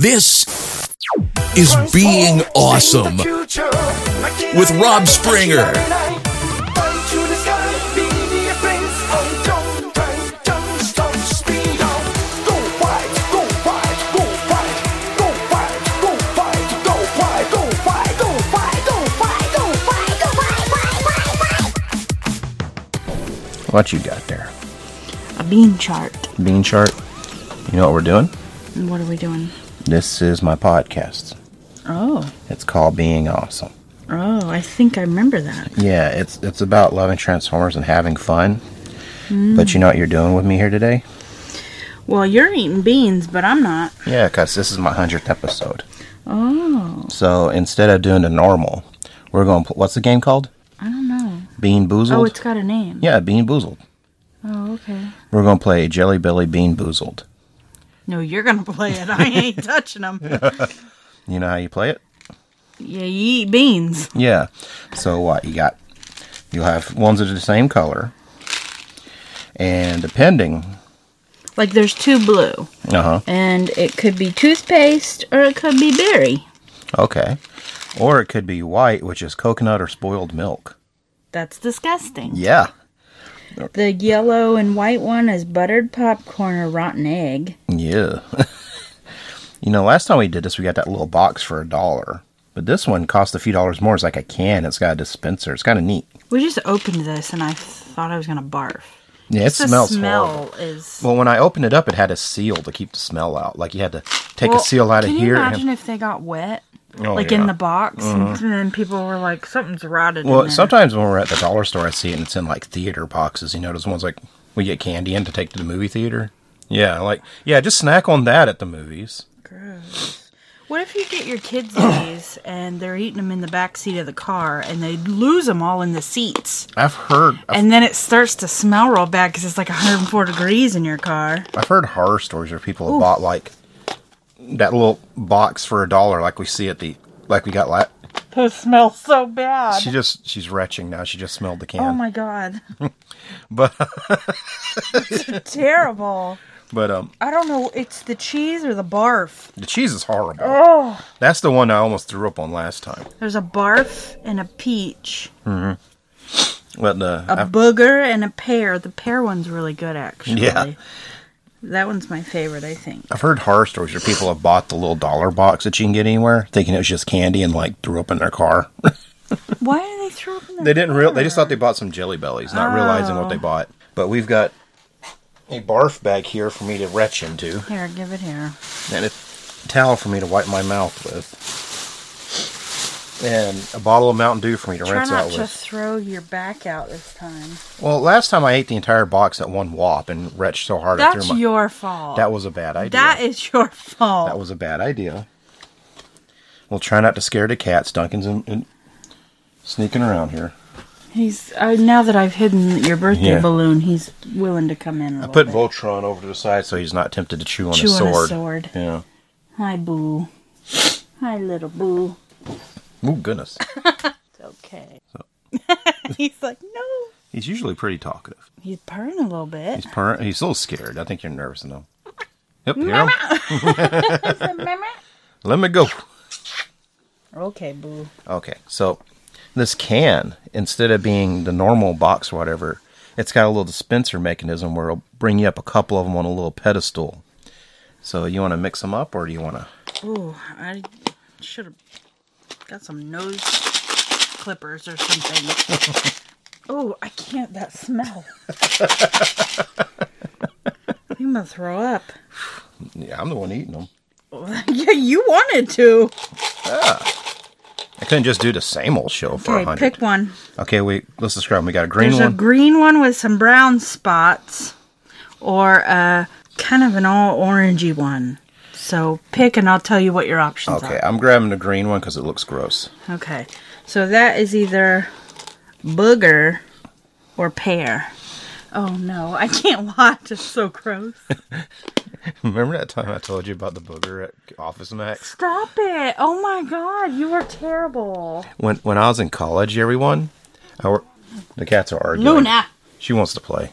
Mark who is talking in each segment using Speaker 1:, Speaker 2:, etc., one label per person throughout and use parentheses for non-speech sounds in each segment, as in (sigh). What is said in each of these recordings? Speaker 1: This is Being Awesome with Rob Springer.
Speaker 2: What you got there?
Speaker 3: A bean chart.
Speaker 2: Bean chart? You know what we're doing?
Speaker 3: And What are we doing?
Speaker 2: This is my podcast.
Speaker 3: Oh,
Speaker 2: It's called Being Awesome.
Speaker 3: oh, I think I remember that.
Speaker 2: Yeah, it's it's about loving Transformers and having fun. But you know what you're doing with me here today?
Speaker 3: Well, you're eating beans, but I'm not.
Speaker 2: Yeah, because this is my hundredth episode.
Speaker 3: Oh,
Speaker 2: So instead of doing the normal, we're going. Pl- what's the game called?
Speaker 3: I don't know.
Speaker 2: Bean Boozled.
Speaker 3: Oh, it's got a name.
Speaker 2: yeah, Bean Boozled.
Speaker 3: Oh, okay.
Speaker 2: We're going to play Jelly Belly Bean Boozled.
Speaker 3: No, you're gonna play it.
Speaker 2: (laughs)
Speaker 3: I ain't touching them.
Speaker 2: You know how you play it?
Speaker 3: Yeah, you eat beans.
Speaker 2: Yeah. So what you got? You'll have ones that are the same color, and depending,
Speaker 3: Like there's two blue,
Speaker 2: uh huh.
Speaker 3: and it could be toothpaste or it could be berry.
Speaker 2: Okay. Or it could be white, which is coconut or spoiled milk.
Speaker 3: That's disgusting.
Speaker 2: Yeah.
Speaker 3: The yellow and white one is buttered popcorn or rotten egg.
Speaker 2: Yeah. (laughs) you know, last time we did this, we got that little box for a dollar. But this one cost a few dollars more. It's like a can. It's got a dispenser. It's kind of neat.
Speaker 3: We just opened this, and I thought I was gonna barf.
Speaker 2: Yeah, it
Speaker 3: the
Speaker 2: smells
Speaker 3: smell
Speaker 2: horrible.
Speaker 3: is.
Speaker 2: Well, when I opened it up, it had a seal to keep the smell out. Like you had to take
Speaker 3: Well,
Speaker 2: a seal out of
Speaker 3: can
Speaker 2: here.
Speaker 3: you
Speaker 2: and-
Speaker 3: imagine if they got wet,
Speaker 2: Oh,
Speaker 3: like
Speaker 2: yeah. Mm-hmm.
Speaker 3: in the box, and then people were like, "Something's rotted." in
Speaker 2: Well,
Speaker 3: there."
Speaker 2: sometimes when we're at the dollar store, I see it and it's in like theater boxes. You know, those ones like we get candy in to take to the movie theater. Yeah, like, yeah, just snack on that at the movies.
Speaker 3: Gross. What if you get your kids
Speaker 2: (coughs)
Speaker 3: these and they're eating them in the back seat of the car, and they lose them all in the seats,
Speaker 2: I've heard I've,
Speaker 3: and then it starts to smell real bad because it's like 104 degrees in your car.
Speaker 2: I've heard horror stories where people have bought like that little box for a dollar, like we see at the like we got. La-
Speaker 3: Those smell so bad.
Speaker 2: she just she's retching now. She just smelled the can.
Speaker 3: Oh my god,
Speaker 2: (laughs) But
Speaker 3: terrible!
Speaker 2: but um,
Speaker 3: I don't know. It's the cheese or the barf.
Speaker 2: the cheese is horrible.
Speaker 3: Oh.
Speaker 2: That's the one I almost threw up on last time.
Speaker 3: There's a barf and a peach.
Speaker 2: But uh, the
Speaker 3: a booger and a pear. The pear one's really good, actually.
Speaker 2: Yeah.
Speaker 3: That one's my favorite, I think.
Speaker 2: I've heard horror stories where people have bought the little dollar box that you can get anywhere, thinking it was just candy, and like threw up in their car.
Speaker 3: Why do they throw up in their
Speaker 2: they didn't real. They just thought they bought some Jelly Bellies, not realizing what
Speaker 3: Oh.
Speaker 2: they bought. But we've got a barf bag here for me to retch into,
Speaker 3: Here, give it here.
Speaker 2: and a towel for me to wipe my mouth with, and a bottle of Mountain Dew for me to
Speaker 3: Try
Speaker 2: rinse out
Speaker 3: not to
Speaker 2: with.
Speaker 3: throw your back out this time.
Speaker 2: Well, last time I ate the entire box at one whop and retched so hard I
Speaker 3: That's
Speaker 2: threw my.
Speaker 3: your fault.
Speaker 2: that was a bad idea.
Speaker 3: That is your fault.
Speaker 2: That was a bad idea. We'll try not to scare the cats. Duncan's in, in- sneaking around here.
Speaker 3: He's uh, now that I've hidden your birthday
Speaker 2: Yeah.
Speaker 3: balloon, he's willing to come in. I
Speaker 2: I put Voltron over to the side so he's not tempted to chew on
Speaker 3: Chew
Speaker 2: his
Speaker 3: on his
Speaker 2: sword.
Speaker 3: sword.
Speaker 2: Yeah.
Speaker 3: Hi, boo. Hi, little boo.
Speaker 2: Oh goodness.
Speaker 3: It's okay. (laughs) he's like, no.
Speaker 2: he's usually pretty talkative.
Speaker 3: He's purring a little bit.
Speaker 2: He's purr- he's a little scared. I think you're nervous enough. Yep, hear him. Let me go.
Speaker 3: (laughs) okay, boo.
Speaker 2: Okay, so this can, instead of being the normal box or whatever, it's got a little dispenser mechanism where it'll bring you up a couple of them on a little pedestal. So you want to mix them up, or do you want to?
Speaker 3: Ooh, I should have got some nose clippers or something. (laughs) oh, I can't. That (laughs) smell. I'm gonna throw up.
Speaker 2: Yeah, I'm the one eating them.
Speaker 3: yeah, you wanted to.
Speaker 2: I couldn't just do the same old show for a
Speaker 3: Okay,
Speaker 2: hundred.
Speaker 3: pick one.
Speaker 2: Okay, wait. Let's describe. 'em. We got a green
Speaker 3: There's a
Speaker 2: one.
Speaker 3: green one with some brown spots, or a kind of an all orangey one. So pick, and I'll tell you what your options
Speaker 2: okay,
Speaker 3: are.
Speaker 2: I'm grabbing the green one because it looks gross.
Speaker 3: Okay. So that is either booger or pear. Oh no, I can't (laughs) watch. It's so gross.
Speaker 2: (laughs) Remember that time I told you about the booger at Office Max?
Speaker 3: Stop it. Oh my god, you are terrible.
Speaker 2: When when I was in college, everyone, I wor- the cats are arguing.
Speaker 3: Luna.
Speaker 2: She wants to play.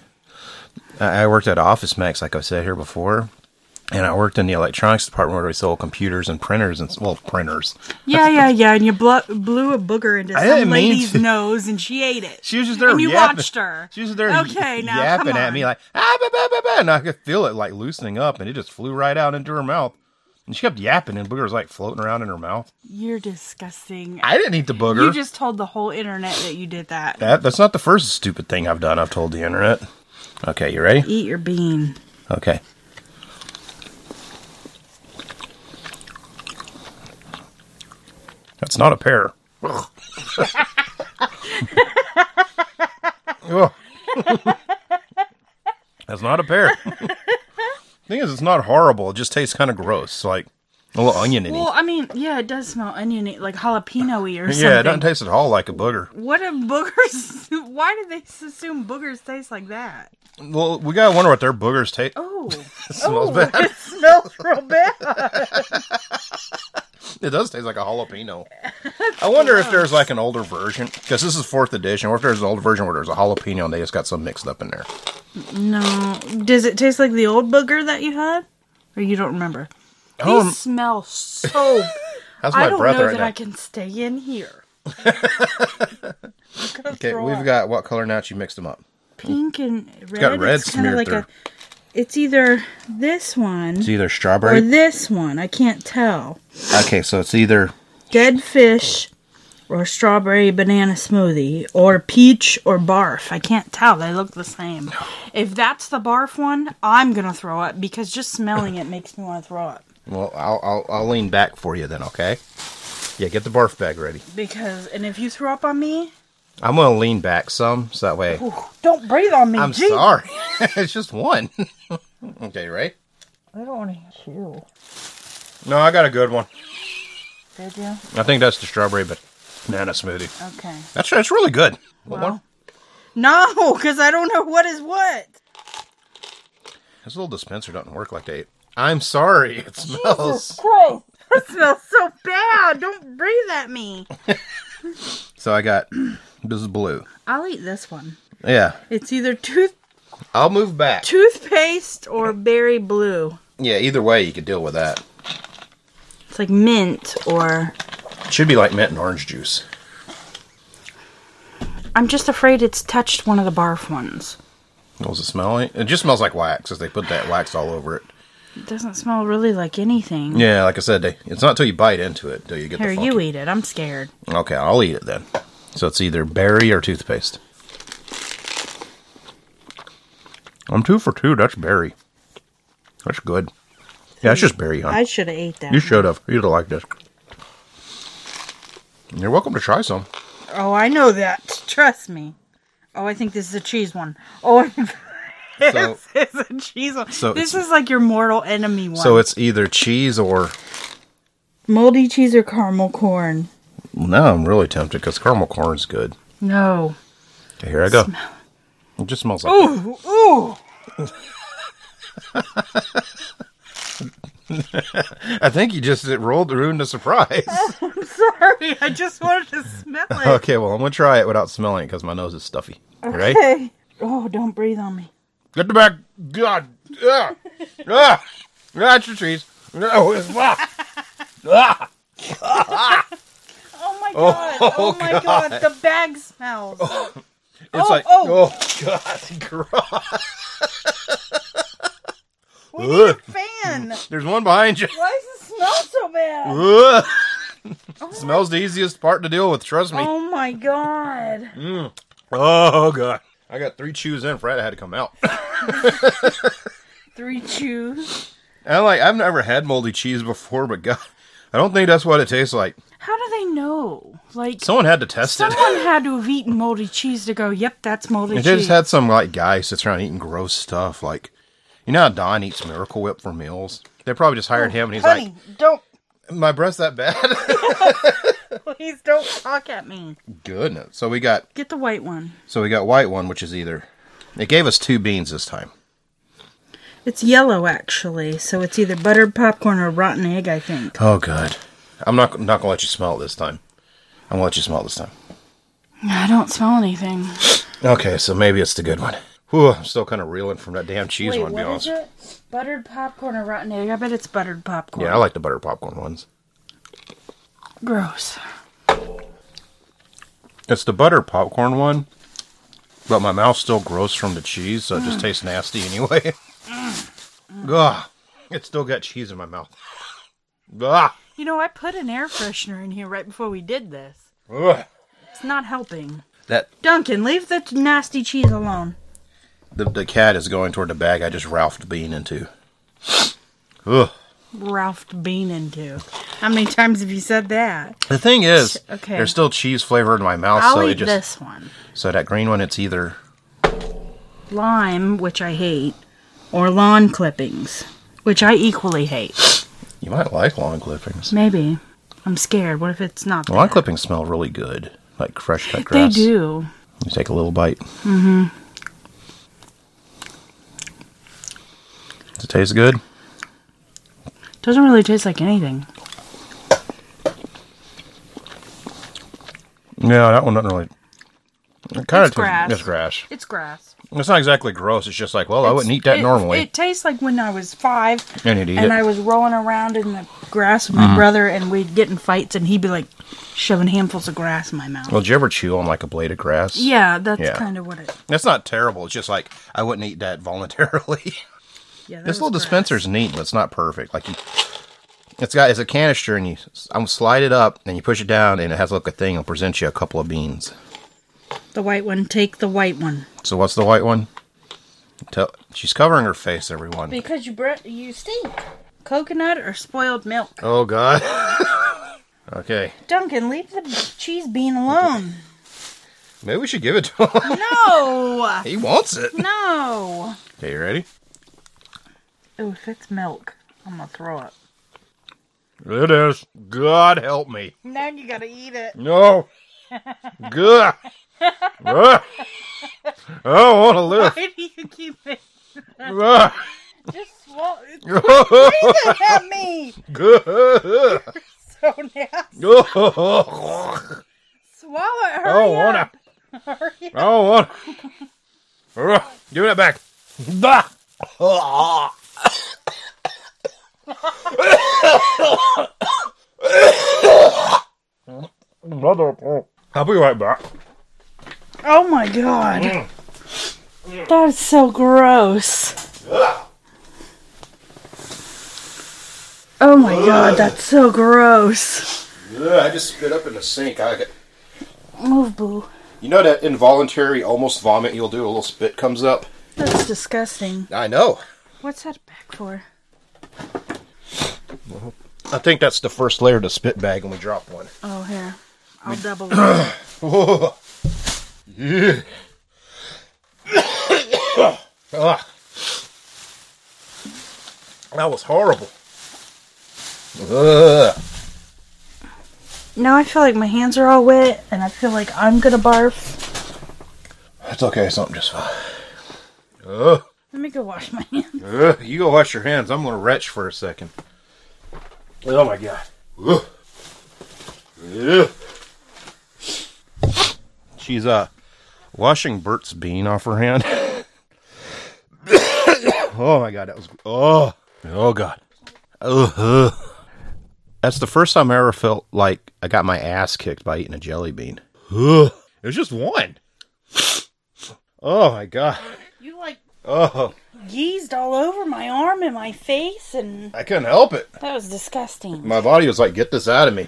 Speaker 2: I, I worked at Office Max, like I've said here before, And I worked in the electronics department where we sold computers and printers and well printers.
Speaker 3: Yeah, yeah, yeah. And you blo- blew a booger into
Speaker 2: I
Speaker 3: some
Speaker 2: didn't mean
Speaker 3: lady's
Speaker 2: to.
Speaker 3: nose, and she ate it.
Speaker 2: She was just there.
Speaker 3: And you
Speaker 2: yapping.
Speaker 3: watched her.
Speaker 2: She was just there.
Speaker 3: Okay, now
Speaker 2: yapping
Speaker 3: come on.
Speaker 2: at me like ah, bah, bah, bah, bah," and I could feel it like loosening up, and it just flew right out into her mouth. And she kept yapping, and booger was like floating around in her mouth.
Speaker 3: You're disgusting.
Speaker 2: I didn't eat the booger.
Speaker 3: You just told the whole internet that you did that.
Speaker 2: that that's not the first stupid thing I've done. I've told the internet. Okay, you ready?
Speaker 3: Eat your bean.
Speaker 2: Okay. That's not a (laughs) pear. Ugh. Ugh. That's not a pear. thing is, it's not horrible. It just tastes kind of gross, like a little onion in
Speaker 3: Well,
Speaker 2: it.
Speaker 3: I mean, yeah, it does smell oniony, like jalapeno-y or something.
Speaker 2: Yeah, it doesn't taste at all like a booger.
Speaker 3: What do boogers? (laughs) Why do they assume boogers taste like that?
Speaker 2: Well, we gotta wonder what their boogers taste.
Speaker 3: Oh, (laughs)
Speaker 2: It (laughs) smells bad.
Speaker 3: it smells real bad.
Speaker 2: It does taste like a jalapeno. I wonder if there's like an older version because this is fourth edition, or if there's an old version where there's a jalapeno and they just got some mixed up in there.
Speaker 3: No, does it taste like the old booger that you had, or you don't remember? These
Speaker 2: don't- (laughs)
Speaker 3: smell so.
Speaker 2: That's my
Speaker 3: I don't
Speaker 2: breath
Speaker 3: know
Speaker 2: right
Speaker 3: that
Speaker 2: now.
Speaker 3: I can stay
Speaker 2: (laughs)
Speaker 3: in here.
Speaker 2: okay, we've got what color now? that You mixed them up.
Speaker 3: pink and red. It's
Speaker 2: got red
Speaker 3: kinda
Speaker 2: smeared
Speaker 3: like
Speaker 2: through.
Speaker 3: a. It's either this one
Speaker 2: It's either
Speaker 3: or
Speaker 2: strawberry.
Speaker 3: this one. I can't tell.
Speaker 2: okay, so it's either
Speaker 3: Dead fish or strawberry banana smoothie or peach or barf. I can't tell. They look the same. If that's the barf one, I'm going to throw up because just smelling it makes me want to throw up
Speaker 2: well, I'll, I'll I'll lean back for you then. Okay. Yeah, get the barf bag ready.
Speaker 3: because and if you throw up on me,
Speaker 2: I'm gonna lean back some so that
Speaker 3: Oh,
Speaker 2: way.
Speaker 3: don't breathe on me.
Speaker 2: I'm
Speaker 3: Jeez.
Speaker 2: sorry. (laughs) it's just one. (laughs) okay, right?
Speaker 3: I don't want to hit you.
Speaker 2: No, I got a good one.
Speaker 3: Did you?
Speaker 2: I think that's the strawberry but banana smoothie.
Speaker 3: Okay.
Speaker 2: That's that's really good. What one?
Speaker 3: Well, No, because I don't know what is what.
Speaker 2: This little dispenser doesn't work like they. I'm sorry, it smells.
Speaker 3: (laughs) Gross. That smells so bad. Don't breathe at me.
Speaker 2: So I got this is blue.
Speaker 3: I'll eat this one.
Speaker 2: Yeah,
Speaker 3: It's either tooth
Speaker 2: I'll move back.
Speaker 3: toothpaste or berry blue.
Speaker 2: Yeah, either way you could deal with that.
Speaker 3: It's like mint or
Speaker 2: It should be like mint and orange juice.
Speaker 3: I'm just afraid it's touched one of the barf ones.
Speaker 2: What was it smell like? It just smells like wax, as they put that wax all over it.
Speaker 3: It doesn't smell really like anything.
Speaker 2: Yeah, like I said, they, it's not until you bite into it till you get
Speaker 3: Here,
Speaker 2: the.
Speaker 3: you eat it. I'm scared.
Speaker 2: eat. Okay, I'll eat it then. So it's either berry or toothpaste. I'm two for two. That's berry. That's good. Yeah, it's just berry, huh?
Speaker 3: Mm. I should have ate that.
Speaker 2: You should have. You'd have liked it. You're welcome to try some.
Speaker 3: oh, I know that. Trust me. Oh, I think this is a cheese one. Oh, (laughs)
Speaker 2: So-
Speaker 3: this is a cheese one.
Speaker 2: So
Speaker 3: this
Speaker 2: it's-
Speaker 3: is like your mortal enemy one.
Speaker 2: So it's either cheese or.
Speaker 3: moldy cheese or caramel corn.
Speaker 2: Well, now I'm really tempted because caramel corn's good.
Speaker 3: No.
Speaker 2: Okay, here I go. It just smells like.
Speaker 3: Ooh, ooh. (laughs)
Speaker 2: I think you just it rolled ruined the surprise.
Speaker 3: (laughs)
Speaker 2: (laughs)
Speaker 3: Sorry, I just wanted to smell it.
Speaker 2: okay, well I'm gonna try it without smelling it because my nose is stuffy. All right.
Speaker 3: Hey. Oh, don't breathe on me.
Speaker 2: Get the back. God. Ah. Ah. That's your cheese. No. It's,
Speaker 3: (laughs)
Speaker 2: ah. Ah.
Speaker 3: Oh
Speaker 2: (laughs)
Speaker 3: my god. Oh, my god. The bag smells.
Speaker 2: It's
Speaker 3: Oh,
Speaker 2: like.
Speaker 3: oh.
Speaker 2: God. (laughs) Gross.
Speaker 3: We need a fan.
Speaker 2: There's one behind you.
Speaker 3: (laughs) Why does it smell so bad?
Speaker 2: Ugh. (laughs) Smells the easiest part to deal with, trust me. Oh,
Speaker 3: Oh my god.
Speaker 2: god. I got three chews in, Fred had to come out.
Speaker 3: Three chews.
Speaker 2: and I'm like, I've never had moldy cheese before, but god, I don't think that's what it tastes like.
Speaker 3: How do they know? Like
Speaker 2: Someone had to test it.
Speaker 3: someone had to have eaten moldy cheese to go, yep, that's moldy
Speaker 2: They
Speaker 3: cheese.
Speaker 2: just had some like guy sits around eating gross stuff. Like, you know how Don eats Miracle Whip for meals? They probably just hired him, and he's
Speaker 3: Honey, don't
Speaker 2: like, "My breath's that bad." (laughs)
Speaker 3: please don't talk at me.
Speaker 2: Goodness. So we got
Speaker 3: Get the white one.
Speaker 2: so we got white one, which is either. It gave us two beans this time.
Speaker 3: It's yellow actually, so it's either buttered popcorn or rotten egg, I think.
Speaker 2: Oh god, I'm not not gonna let you smell it this time. I'm gonna let you smell it this time.
Speaker 3: I don't smell anything.
Speaker 2: Okay, so maybe it's the good one. Whew, I'm still kind of reeling from that damn cheese
Speaker 3: Wait,
Speaker 2: one, to be
Speaker 3: what is
Speaker 2: honest.
Speaker 3: it? Buttered popcorn or rotten egg? I bet it's buttered popcorn.
Speaker 2: Yeah, I like the butter popcorn ones.
Speaker 3: Gross.
Speaker 2: It's the butter popcorn one, but my mouth's still gross from the cheese, so it
Speaker 3: Mm.
Speaker 2: just tastes nasty anyway. (laughs) Ugh, it's still got cheese in my mouth. Ugh.
Speaker 3: You know, I put an air freshener in here right before we did this.
Speaker 2: Ugh.
Speaker 3: It's not helping.
Speaker 2: That
Speaker 3: Duncan, leave the t- nasty cheese alone.
Speaker 2: the, the cat is going toward the bag I just Ralphed Bean into. Ugh.
Speaker 3: Ralph Bean into. How many times have you said that?
Speaker 2: The thing is,
Speaker 3: Okay.
Speaker 2: there's still cheese flavor in my mouth,
Speaker 3: I'll
Speaker 2: so it
Speaker 3: eat
Speaker 2: just
Speaker 3: this one.
Speaker 2: so that green one, it's either
Speaker 3: Lime, which I hate, or lawn clippings, which I equally hate.
Speaker 2: you might like lawn clippings.
Speaker 3: Maybe. I'm scared. What if it's not
Speaker 2: Lawn
Speaker 3: that?
Speaker 2: clippings smell really good, like fresh cut
Speaker 3: They
Speaker 2: grass.
Speaker 3: do.
Speaker 2: You take a little bite. Mm-hmm. Does it taste good?
Speaker 3: Doesn't really taste like anything.
Speaker 2: Yeah, that one doesn't really. It kind
Speaker 3: It's grass.
Speaker 2: It's grass.
Speaker 3: It's grass.
Speaker 2: It's not exactly gross. It's just like, well, I wouldn't eat that
Speaker 3: it,
Speaker 2: normally.
Speaker 3: It tastes like when I was five
Speaker 2: And you'd eat
Speaker 3: and
Speaker 2: it. Mm-hmm.
Speaker 3: I was rolling around in the grass with my brother and we'd get in fights and he'd be like shoving handfuls of grass in my mouth.
Speaker 2: well, did you ever chew on like a blade of grass?
Speaker 3: yeah, that's
Speaker 2: Yeah.
Speaker 3: kind of what it.
Speaker 2: That's not terrible. It's just like I wouldn't eat that (laughs) voluntarily.
Speaker 3: Yeah, that
Speaker 2: this
Speaker 3: was
Speaker 2: little
Speaker 3: grass.
Speaker 2: dispenser's neat, but it's not perfect. Like you, it's got it's a canister, and you s- I'm slide it up, and you push it down, and it has like a thing. It'll present you a couple of beans.
Speaker 3: The white one. Take the white one.
Speaker 2: So what's the white one? Tell, she's covering her face, everyone.
Speaker 3: Because you bre- you stink. Coconut or spoiled milk.
Speaker 2: Oh God. (laughs) okay,
Speaker 3: Duncan, leave the cheese bean alone.
Speaker 2: maybe we should give it to him.
Speaker 3: (laughs)
Speaker 2: (laughs)
Speaker 3: No,
Speaker 2: he wants it.
Speaker 3: no.
Speaker 2: Okay, you ready?
Speaker 3: Ooh, if it's milk, I'm gonna throw it.
Speaker 2: It is. God help me.
Speaker 3: Now you gotta
Speaker 2: (laughs)
Speaker 3: eat it. (laughs)
Speaker 2: No. Good. Ah. I don't want to live.
Speaker 3: Why do you keep it?
Speaker 2: (laughs) Ah.
Speaker 3: Just swallow.
Speaker 2: Good.
Speaker 3: Look at (laughs) me. So nasty.
Speaker 2: I
Speaker 3: Swallow it. Hurry
Speaker 2: don't
Speaker 3: (laughs)
Speaker 2: want
Speaker 3: up.
Speaker 2: to.
Speaker 3: Hurry
Speaker 2: I don't want to. Oh, Give it back. Ah. Ah. Mother- I'll be right back.
Speaker 3: Oh my god. That is so gross. Oh my god, that's so gross.
Speaker 2: I just spit up in the sink. I,
Speaker 3: Move, boo.
Speaker 2: you know that involuntary almost vomit you'll do? A little spit comes up.
Speaker 3: That's disgusting.
Speaker 2: I know.
Speaker 3: What's that back for?
Speaker 2: I think that's the first layer of the spit bag when we drop one.
Speaker 3: Oh, here. I'll double it.
Speaker 2: Oh. Yeah. Ah. That was horrible. Ugh.
Speaker 3: Now I feel like my hands are all wet and I feel like I'm gonna barf.
Speaker 2: It's okay, something just fine. Ugh.
Speaker 3: Let me go wash my (laughs) hands.
Speaker 2: Ugh. You go wash your hands. I'm gonna retch for a second. Oh my god. Ugh. Ugh. She's uh washing Bert's bean off her hand. (coughs) oh my god, that was oh oh god. Ugh. That's the first time I ever felt like I got my ass kicked by eating a jelly bean. Ugh. It was just one. (coughs) Oh my god.
Speaker 3: You like
Speaker 2: Oh,
Speaker 3: yeezed all over my arm and my face and
Speaker 2: I couldn't help it.
Speaker 3: that was disgusting.
Speaker 2: My body was like, "Get this out of me."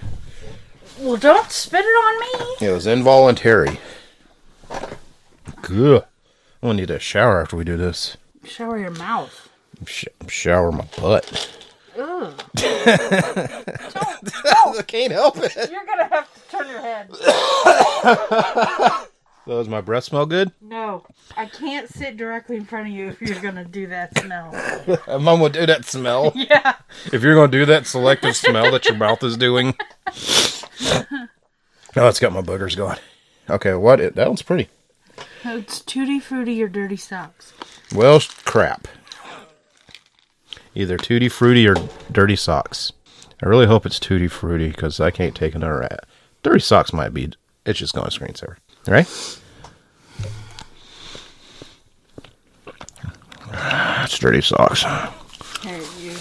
Speaker 3: Well, don't spit it on me.
Speaker 2: It was involuntary. Good. I'm gonna need a shower after we do this.
Speaker 3: Shower your mouth.
Speaker 2: Sh- shower my butt. I (laughs) can't help it.
Speaker 3: You're gonna have to turn your head.
Speaker 2: Does my breath smell good?
Speaker 3: No, I can't sit directly in front of you if you're gonna do that smell.
Speaker 2: My Uh, mom would do that smell.
Speaker 3: Yeah.
Speaker 2: if you're gonna do that selective smell that your mouth is doing. Oh, it's got my boogers going. Okay, what? It, that one's pretty.
Speaker 3: It's tutti frutti or dirty socks.
Speaker 2: Well, sh- crap. Either Tutti Frutti or Dirty Socks. I really hope it's Tutti Frutti because I can't take another ad. Dirty Socks might be. It's just going screensaver. All right? It's dirty socks.
Speaker 3: There you.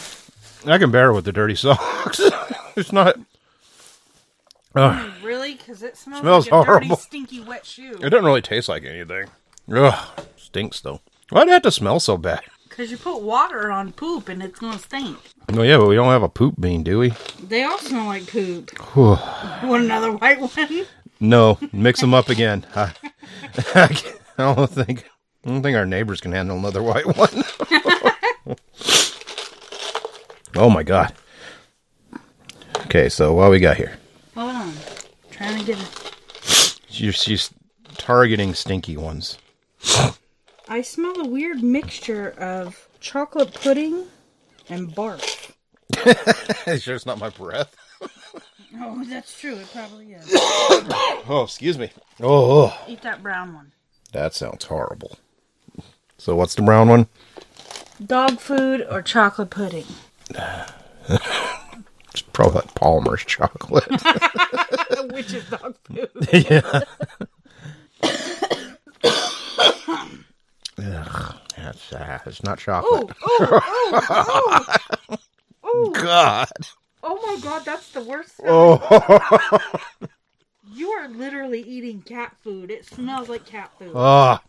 Speaker 2: I can bear with the dirty socks. (laughs) it's not. Ugh,
Speaker 3: Really? Because it smells,
Speaker 2: Smells
Speaker 3: like a
Speaker 2: horrible.
Speaker 3: dirty, stinky, wet shoe.
Speaker 2: it doesn't really taste like anything. Ugh, stinks though. Why'd it have to smell so bad?
Speaker 3: Because you put water on poop and it's gonna stink.
Speaker 2: Oh yeah, but we don't have a poop bean, do we?
Speaker 3: They all smell like poop. Want another white one?
Speaker 2: No, mix them up again. I, (laughs) I can't- I don't think I don't think our neighbors can handle another white one. (laughs) oh my god. Okay, so what we got here?
Speaker 3: Hold on. trying to get it.
Speaker 2: She's, she's targeting stinky ones. (laughs)
Speaker 3: I smell a weird mixture of chocolate pudding and barf.
Speaker 2: it's just not my breath.
Speaker 3: Oh, that's true. It probably is.
Speaker 2: Oh, excuse me. Oh, oh.
Speaker 3: Eat that brown one.
Speaker 2: that sounds horrible. So what's the brown one?
Speaker 3: Dog food or chocolate pudding?
Speaker 2: It's probably like Palmer's chocolate.
Speaker 3: (laughs) Which is dog food.
Speaker 2: (coughs) That's uh, it's not chocolate.
Speaker 3: Oh, oh, oh, (laughs) oh. Oh,
Speaker 2: God.
Speaker 3: oh my god, that's the worst. smell.
Speaker 2: Oh.
Speaker 3: You are literally eating cat food. It smells like cat food.
Speaker 2: Ah,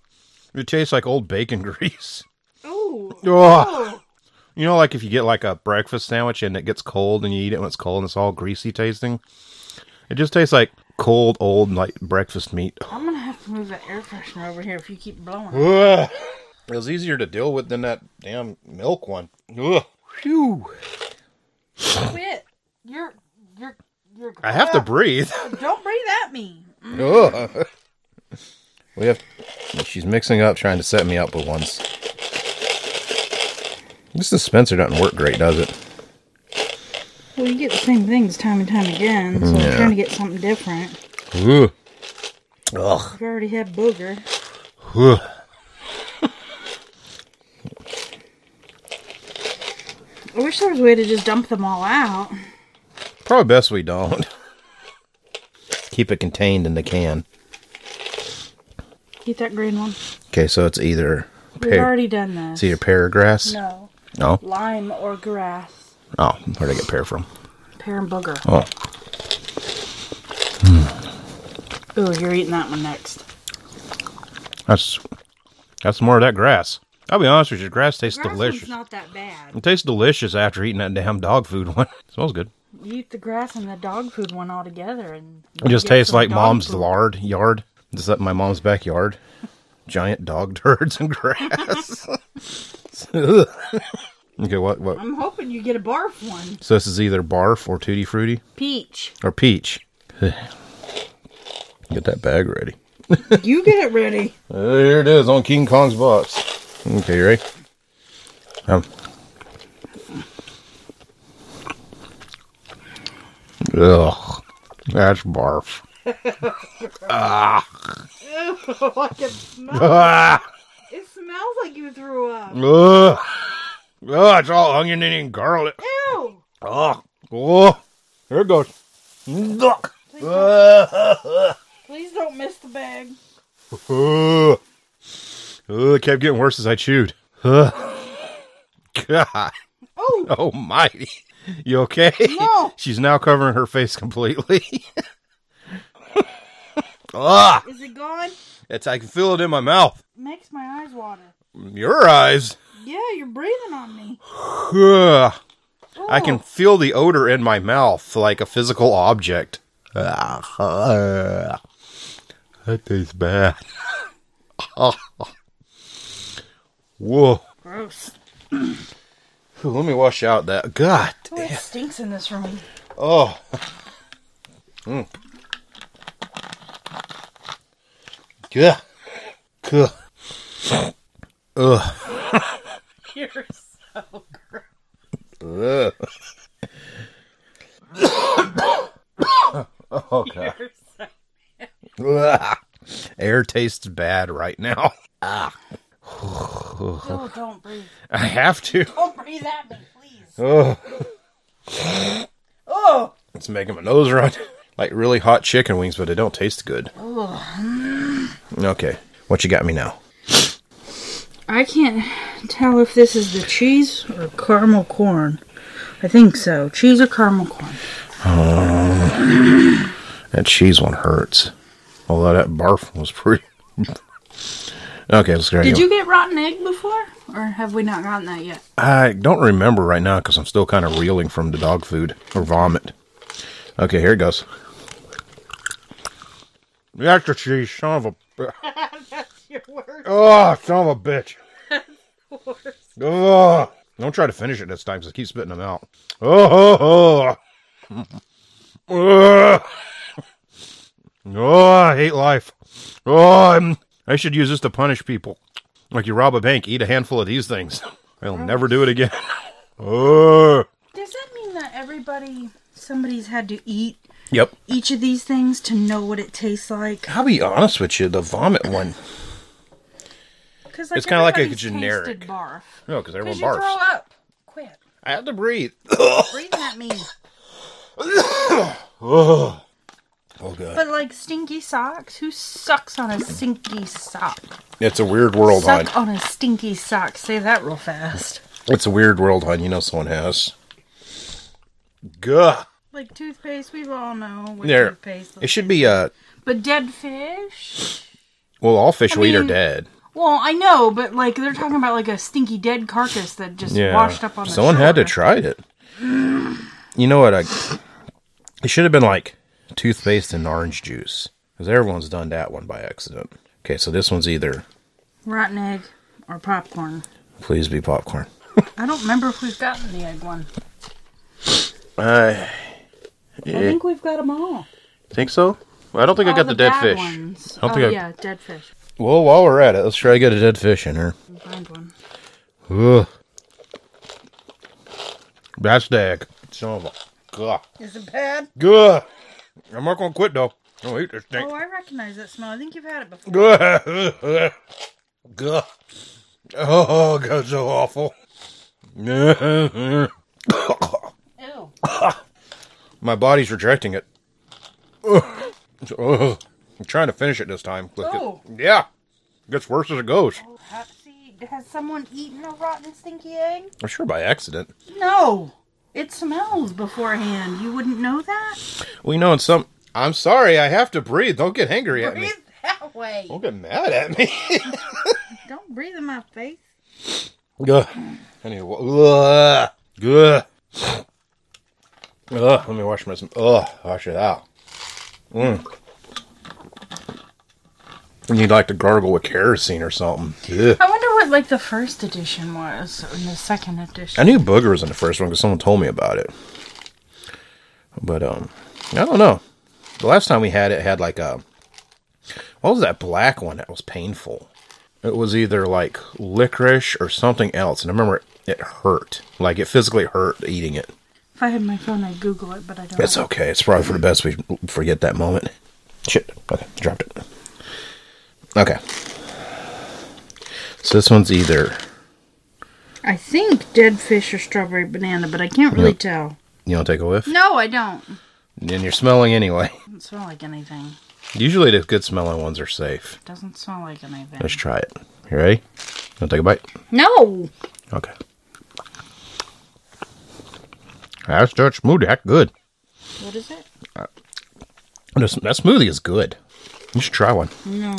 Speaker 2: it tastes like old bacon (laughs) grease.
Speaker 3: Oh.
Speaker 2: Oh,
Speaker 3: Oh.
Speaker 2: you know, like if you get like a breakfast sandwich and it gets cold and you eat it when it's cold and it's all greasy tasting. It just tastes like cold, old, like breakfast meat.
Speaker 3: I'm gonna have to move that air freshener over here if you keep blowing. it.
Speaker 2: Ugh. It was easier to deal with than that damn milk one. Ugh. Phew.
Speaker 3: Quit. You're you're you're.
Speaker 2: I have to breathe.
Speaker 3: Don't breathe at me.
Speaker 2: Ugh. We have. She's mixing up, trying to set me up with ones. This dispenser doesn't work great, does it?
Speaker 3: Well, you get the same things time and time again, so I'm trying to get something different.
Speaker 2: Ugh. Ugh.
Speaker 3: I've already had (sighs) booger.
Speaker 2: Ugh.
Speaker 3: I wish there was a way to just dump them all out.
Speaker 2: Probably best we don't. (laughs) Keep it contained in the can.
Speaker 3: Eat that green one.
Speaker 2: Okay, so it's either
Speaker 3: We've
Speaker 2: pear,
Speaker 3: already done this.
Speaker 2: it's either pear or grass.
Speaker 3: No.
Speaker 2: No.
Speaker 3: Lime or grass.
Speaker 2: Oh, where'd I get pear from?
Speaker 3: Pear and booger.
Speaker 2: Oh, Oh.
Speaker 3: Ooh, you're eating that one next.
Speaker 2: that's that's more of that grass. I'll be honest with you, grass tastes
Speaker 3: Grass
Speaker 2: delicious.
Speaker 3: one's not that bad.
Speaker 2: it tastes delicious after eating that damn dog food (laughs) one. It smells good.
Speaker 3: You eat the grass and the dog food one all together, and
Speaker 2: It just
Speaker 3: get
Speaker 2: tastes
Speaker 3: some
Speaker 2: like
Speaker 3: dog
Speaker 2: mom's
Speaker 3: food.
Speaker 2: lard yard. Just like my mom's backyard. Giant dog (laughs) turds and grass. (laughs) Ugh. okay, what what?
Speaker 3: I'm hoping you get a barf one.
Speaker 2: So this is either barf or tutti frutti.
Speaker 3: Peach.
Speaker 2: or peach. (sighs) Get that bag ready.
Speaker 3: You get it ready. (laughs)
Speaker 2: There it is on King Kong's box. Okay, you ready? Um. Ugh, that's barf. (laughs)
Speaker 3: (laughs) I
Speaker 2: (laughs)
Speaker 3: can smell-
Speaker 2: Ah,
Speaker 3: it smells like you threw up.
Speaker 2: ugh. Ugh, it's all onion and garlic.
Speaker 3: Ew.
Speaker 2: Ugh. Oh, here it goes. Ugh.
Speaker 3: Please don't miss the bag.
Speaker 2: Ugh. Ugh, it kept getting worse as I chewed. Ugh. God
Speaker 3: Oh,
Speaker 2: almighty. You okay?
Speaker 3: No.
Speaker 2: She's now covering her face completely. (laughs) ah,
Speaker 3: is it gone?
Speaker 2: it's I can feel it in my mouth.
Speaker 3: Makes my eyes water.
Speaker 2: Your eyes.
Speaker 3: Yeah, you're breathing on me.
Speaker 2: Ugh. I can
Speaker 3: Ooh.
Speaker 2: feel the odor in my mouth like a physical object. Ah, that tastes bad. (laughs) Whoa.
Speaker 3: Gross.
Speaker 2: Ooh, Let me wash out that. God.
Speaker 3: Oh, it stinks in this room.
Speaker 2: Oh. Mm. Yeah. Ugh. Ugh.
Speaker 3: You're so gross.
Speaker 2: Ugh. oh god.
Speaker 3: You're so-
Speaker 2: Ugh. Air tastes bad right now. (laughs)
Speaker 3: Oh, don't breathe.
Speaker 2: I have to.
Speaker 3: Don't breathe at me, please.
Speaker 2: Ugh.
Speaker 3: Oh.
Speaker 2: It's making my nose run. (laughs) Like really hot chicken wings, but they don't taste good. Okay. What you got me now?
Speaker 3: I can't tell if this is the cheese or caramel corn. I think so. Cheese or caramel corn.
Speaker 2: That cheese one hurts. Although that barf one was pretty. (laughs) okay, let's go.
Speaker 3: Did you get rotten egg before? Or have we not gotten that yet?
Speaker 2: I don't remember right now because I'm still kind of reeling from the dog food or vomit. Okay, here it goes. The extra cheese, son of a. (laughs) That's your word. Oh, son of a (laughs) bitch. Ugh. Don't try to finish it this time because I keep spitting them out. Oh, oh, oh. Ugh. oh I hate life. Oh, I'm, I should use this to punish people. Like you rob a bank, eat a handful of these things. (laughs) I'll never do it again. (laughs) oh.
Speaker 3: Does that mean that everybody, somebody's had to eat
Speaker 2: Yep.
Speaker 3: each of these things to know what it tastes like?
Speaker 2: I'll be honest with you, the vomit one.
Speaker 3: Because
Speaker 2: It's kinda like a
Speaker 3: everybody's
Speaker 2: generic.
Speaker 3: tasted barf.
Speaker 2: No, because everyone
Speaker 3: Because you throw
Speaker 2: barfs.
Speaker 3: up. Quit.
Speaker 2: I had to breathe.
Speaker 3: Breathing at me.
Speaker 2: (coughs) Oh god.
Speaker 3: But like stinky socks? Who sucks on a stinky sock?
Speaker 2: It's a weird world, hon.
Speaker 3: Suck on a stinky sock. Say that real fast.
Speaker 2: It's a weird world, hon. You know someone has. Gah.
Speaker 3: Like toothpaste, we all know what
Speaker 2: There.
Speaker 3: toothpaste
Speaker 2: It should be uh
Speaker 3: But dead fish?
Speaker 2: well all fish
Speaker 3: I
Speaker 2: we eat are
Speaker 3: mean,
Speaker 2: dead.
Speaker 3: Well, I know, but like they're talking about like a stinky dead carcass that just washed up on the
Speaker 2: Someone had to
Speaker 3: shore.
Speaker 2: try it. You know what? I, it should have been like toothpaste and orange juice. Because everyone's done that one by accident. Okay, so this one's either
Speaker 3: rotten egg or popcorn.
Speaker 2: please be popcorn.
Speaker 3: I don't remember if we've gotten the egg one.
Speaker 2: I
Speaker 3: I think we've got them all.
Speaker 2: think so. I don't think
Speaker 3: All Oh, bad Ones.
Speaker 2: don't
Speaker 3: oh
Speaker 2: think I-
Speaker 3: yeah, dead fish.
Speaker 2: Well, while we're at it, let's try to get a dead fish in here.
Speaker 3: Blind one.
Speaker 2: Ugh. That's the egg. Son of a. Gah.
Speaker 3: Is it bad?
Speaker 2: Gah. I'm not gonna quit though. I'm gonna eat this thing.
Speaker 3: Oh, I recognize that smell. I think you've had it before.
Speaker 2: (laughs) Gah. Gah. Oh, God, so awful. (laughs)
Speaker 3: Ew.
Speaker 2: My body's rejecting it. (laughs) Ugh. Ugh. I'm trying to finish it this time. Look at-
Speaker 3: Oh.
Speaker 2: Yeah. Gets worse as it goes.
Speaker 3: Hopsy, has someone eaten a rotten stinky egg?
Speaker 2: I'm sure by accident.
Speaker 3: No. It smells beforehand. You wouldn't know that?
Speaker 2: We know in some. I'm sorry, I have to breathe. Don't get angry at me.
Speaker 3: Breathe that way.
Speaker 2: Don't get mad at me. (laughs)
Speaker 3: Don't breathe in my face.
Speaker 2: Ugh. I need to. wa- Ugh. Ugh. Ugh. Let me wash my. Ugh. Wash it out. Mm. You need like to gargle with kerosene or something. Ugh.
Speaker 3: I wonder what like the first edition was and the second edition.
Speaker 2: I knew booger was in the first one because someone told me about it. But um, I don't know. The last time we had it, it had like a what was that black one that was painful? It was either like licorice or something else, and I remember it hurt. Like it physically hurt eating it.
Speaker 3: If I had my phone, I'd Google it, but I don't.
Speaker 2: It's okay. It's probably for the best we forget that moment. Shit. Okay, dropped it. Okay. So this one's either
Speaker 3: I think dead fish or strawberry banana, but I can't really
Speaker 2: Yep.
Speaker 3: tell.
Speaker 2: you know take a whiff,
Speaker 3: No, I don't.
Speaker 2: and you're smelling anyway.
Speaker 3: Doesn't smell like anything.
Speaker 2: Usually the good smelling ones are safe.
Speaker 3: Doesn't smell like anything.
Speaker 2: Let's try it. You ready? Wanna take a bite?
Speaker 3: No.
Speaker 2: Okay. That's that smoothie. That's good.
Speaker 3: What is it?
Speaker 2: This- That smoothie is good. You should try one.
Speaker 3: No.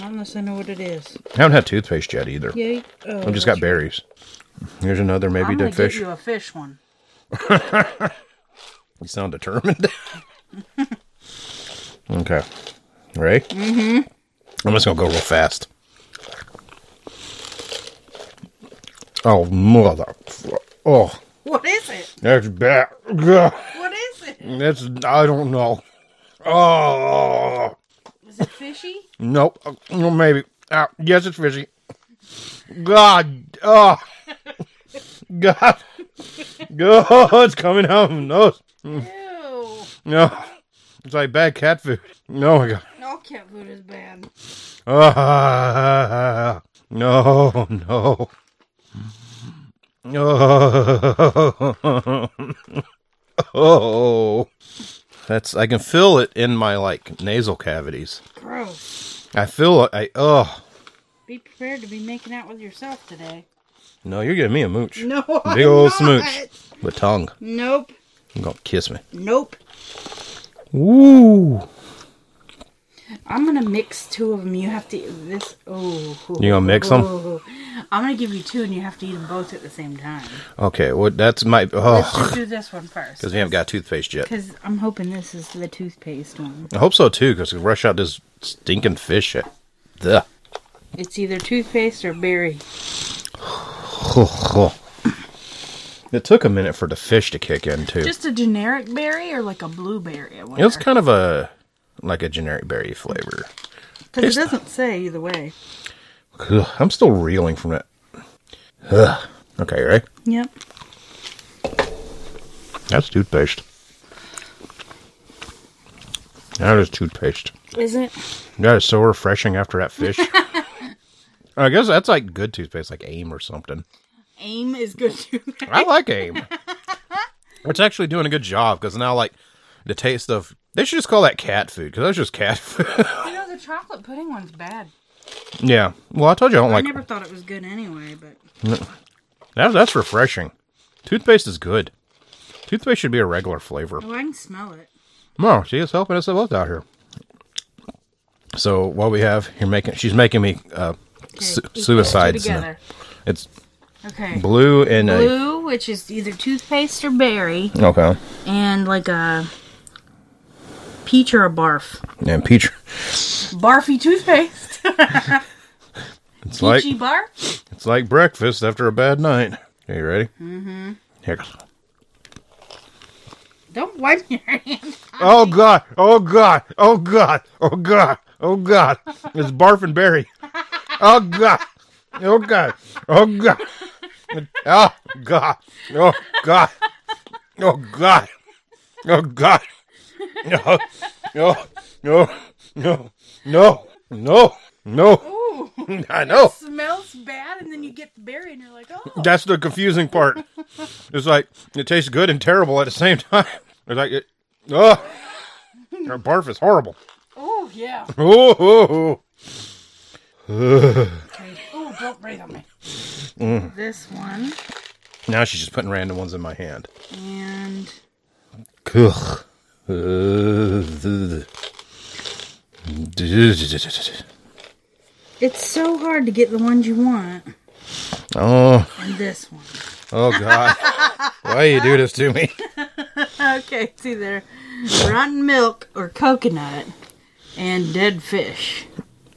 Speaker 3: Not unless I know what it is.
Speaker 2: I haven't had toothpaste yet either.
Speaker 3: Yay. Oh,
Speaker 2: I've just got berries. Here's another maybe
Speaker 3: I'm gonna
Speaker 2: dead fish.
Speaker 3: get
Speaker 2: You
Speaker 3: you a fish one.
Speaker 2: sound determined. (laughs) okay. Ready? Mm-hmm. I'm just gonna go real fast. Oh mother! Oh,
Speaker 3: What is it?
Speaker 2: that's bad. Ugh.
Speaker 3: What is it?
Speaker 2: That's I don't know. Oh
Speaker 3: Is it fishy?
Speaker 2: nope. Uh, No, maybe. Uh, yes, it's fishy. God. Oh. (laughs) God. (laughs) Oh, it's coming out of my nose.
Speaker 3: Ew.
Speaker 2: No, it's like bad cat food. No, my God.
Speaker 3: All cat food is bad.
Speaker 2: (laughs) Ah, no, no. Oh. oh. That's I can feel it in my like nasal cavities.
Speaker 3: Gross.
Speaker 2: I feel I oh
Speaker 3: Be prepared to be making out with yourself today.
Speaker 2: No, you're giving me a mooch.
Speaker 3: No,
Speaker 2: Big
Speaker 3: I'm
Speaker 2: old
Speaker 3: not.
Speaker 2: smooch. With tongue.
Speaker 3: Nope.
Speaker 2: You're gonna kiss me.
Speaker 3: Nope.
Speaker 2: Ooh.
Speaker 3: I'm gonna mix two of them. You have to this. Oh.
Speaker 2: You gonna mix 'em?
Speaker 3: I'm gonna give you two, and you have to eat them both at the same time.
Speaker 2: Okay, well that's my
Speaker 3: Let's
Speaker 2: oh
Speaker 3: just do this one first.
Speaker 2: because we haven't got toothpaste yet.
Speaker 3: Because I'm hoping this is the toothpaste one.
Speaker 2: I hope so too, because we rush out this stinking fish. The
Speaker 3: It's either toothpaste or berry.
Speaker 2: It took a minute for the fish to kick in too.
Speaker 3: Just a generic berry or like a blueberry? I
Speaker 2: it was
Speaker 3: wonder.
Speaker 2: kind of a like a generic berry flavor.
Speaker 3: 'Cause it
Speaker 2: tastes-
Speaker 3: doesn't say either way.
Speaker 2: Ugh, I'm still reeling from it. Ugh. Okay, right?
Speaker 3: Yep.
Speaker 2: That's toothpaste. That is toothpaste.
Speaker 3: Is it?
Speaker 2: That is so refreshing after that fish. I guess that's like good toothpaste, like AIM or something.
Speaker 3: Aim is good toothpaste.
Speaker 2: I like AIM. it's actually doing a good job because now, like, the taste of. They should just call that cat food because that's just cat food.
Speaker 3: (laughs) you know the chocolate pudding one's bad.
Speaker 2: yeah. Well, I told you I don't
Speaker 3: I
Speaker 2: like.
Speaker 3: never thought it was good anyway, but
Speaker 2: That, that's refreshing. Toothpaste is good. Toothpaste should be a regular flavor.
Speaker 3: oh, I can smell it.
Speaker 2: No, she is helping us both out here. So what we have, you're making. She's making me uh, su-
Speaker 3: eat those two
Speaker 2: suicides. now.
Speaker 3: together.
Speaker 2: It's
Speaker 3: Okay.
Speaker 2: blue and a.
Speaker 3: Blue, which is either toothpaste or berry,
Speaker 2: Okay.
Speaker 3: and like a peach or a barf.
Speaker 2: And peach.
Speaker 3: Barfy toothpaste. (laughs)
Speaker 2: It's like
Speaker 3: Peachy barf.
Speaker 2: it's like breakfast after a bad night. Are you ready? Mm-hmm. Here goes.
Speaker 3: Don't wipe your (laughs) hand.
Speaker 2: Oh god! Oh god! Oh god! Oh god! Oh god! It's barf and berry. Oh god! Oh god! Oh god! Oh god! Oh god! Oh god! Oh god! No! No! No! No! No! No! No!
Speaker 3: Ooh,
Speaker 2: I know.
Speaker 3: smells bad, and then you get the berry, and you're like, oh.
Speaker 2: That's the confusing part. It's like it tastes good and terrible at the same time. It's like it. Oh, barf is horrible.
Speaker 3: Oh yeah.
Speaker 2: Oh, oh, oh.
Speaker 3: Oh, don't breathe on me.
Speaker 2: Mm.
Speaker 3: This one
Speaker 2: Now she's just putting random ones in my hand.
Speaker 3: and
Speaker 2: Ugh. Oh, Ugh.
Speaker 3: it's so hard to get the ones you want.
Speaker 2: Oh,
Speaker 3: And this one.
Speaker 2: oh God! Why you do this to me?
Speaker 3: Okay, it's either rotten milk or coconut and dead fish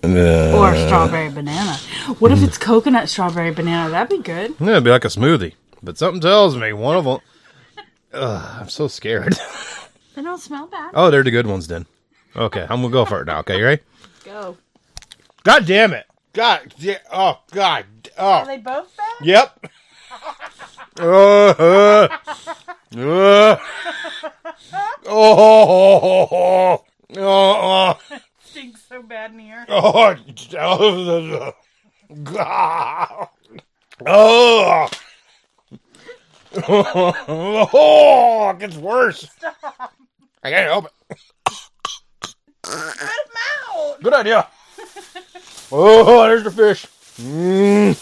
Speaker 2: Uh, Mm.
Speaker 3: or strawberry banana. What if it's coconut strawberry banana? That'd be good.
Speaker 2: yeah, it'd be like a smoothie, but something tells me one of them. Ugh, I'm so scared. (laughs)
Speaker 3: They don't smell bad.
Speaker 2: Oh, they're the good ones then. Okay, I'm gonna go for it now. Okay, you ready?
Speaker 3: Go.
Speaker 2: God damn it! God, da- oh God, oh
Speaker 3: Are they both bad?
Speaker 2: Yep. Uh, uh, uh. Oh, oh, oh, oh, oh,
Speaker 3: Stinks so bad in here.
Speaker 2: oh, oh, God. oh, oh, it gets worse. I can't help it.
Speaker 3: Put them out.
Speaker 2: Good idea. Oh, there's the fish. Mm.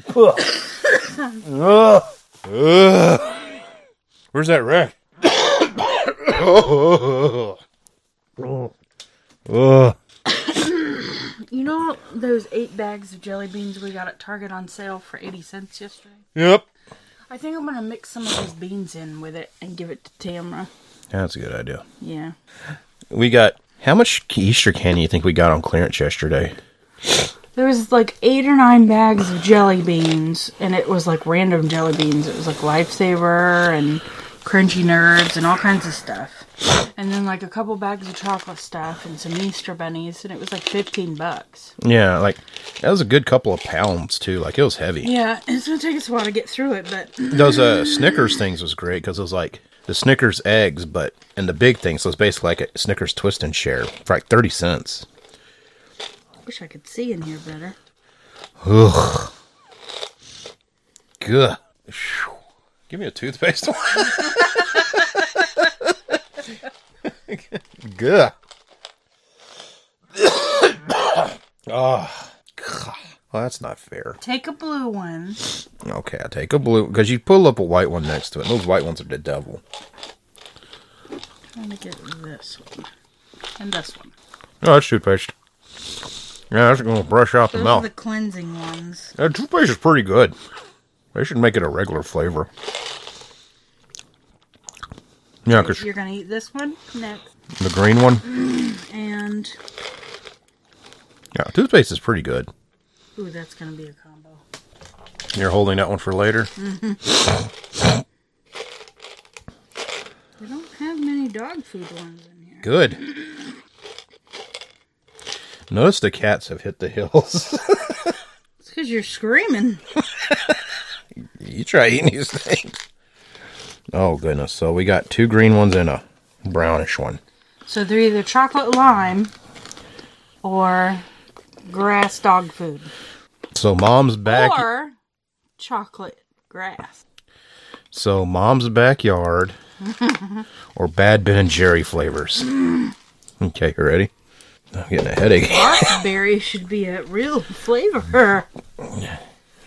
Speaker 2: Mm. Ugh. Ugh. Where's that wreck? oh, oh, oh.
Speaker 3: You know those eight bags of jelly beans we got at Target on sale for 80 cents yesterday?
Speaker 2: Yep.
Speaker 3: I think I'm going to mix some of those beans in with it and give it to Tamra.
Speaker 2: That's a good idea.
Speaker 3: Yeah.
Speaker 2: We got how much Easter candy you think we got on clearance yesterday?
Speaker 3: There was like eight or nine bags of jelly beans, and it was like random jelly beans. It was like Lifesaver and Crunchy Nerds and all kinds of stuff. And then like a couple bags of chocolate stuff and some Easter bunnies, and it was like 15 bucks.
Speaker 2: Yeah, like that was a good couple of pounds too. Like it was heavy.
Speaker 3: Yeah, it's going to take us a while to get through it, but (clears throat)
Speaker 2: those uh Snickers things was great because it was like the Snickers eggs, but and the big thing, so it's basically like a Snickers twist and share for like thirty cents.
Speaker 3: wish I could see in here better.
Speaker 2: Ugh. Good. Give me a toothpaste. (laughs) one. Good. Oh, well, that's not fair.
Speaker 3: Take a blue one.
Speaker 2: Okay, I take a blue because you pull up a white one next to it. and Those white ones are the devil.
Speaker 3: Let me get this one. And this one.
Speaker 2: Oh, that's toothpaste. Yeah, that's gonna brush out the
Speaker 3: Those
Speaker 2: mouth.
Speaker 3: (laughs) are the cleansing ones.
Speaker 2: That toothpaste is pretty good. They should make it a regular flavor. Yeah, because
Speaker 3: You're gonna eat this one next,
Speaker 2: the green one.
Speaker 3: and
Speaker 2: Yeah, toothpaste is pretty good.
Speaker 3: ooh, that's gonna be a combo.
Speaker 2: You're holding that one for later.
Speaker 3: We don't have many dog food ones in here.
Speaker 2: Good. Notice the cats have hit the hills. (laughs)
Speaker 3: It's because you're screaming.
Speaker 2: you try eating these things. Oh goodness! So we got two green ones and a brownish one.
Speaker 3: So they're either chocolate lime or grass dog food,
Speaker 2: So mom's back.
Speaker 3: or chocolate grass.
Speaker 2: So mom's backyard, or bad Ben and Jerry flavors. okay, you ready? I'm getting a headache.
Speaker 3: Berry should be a real flavor.
Speaker 2: You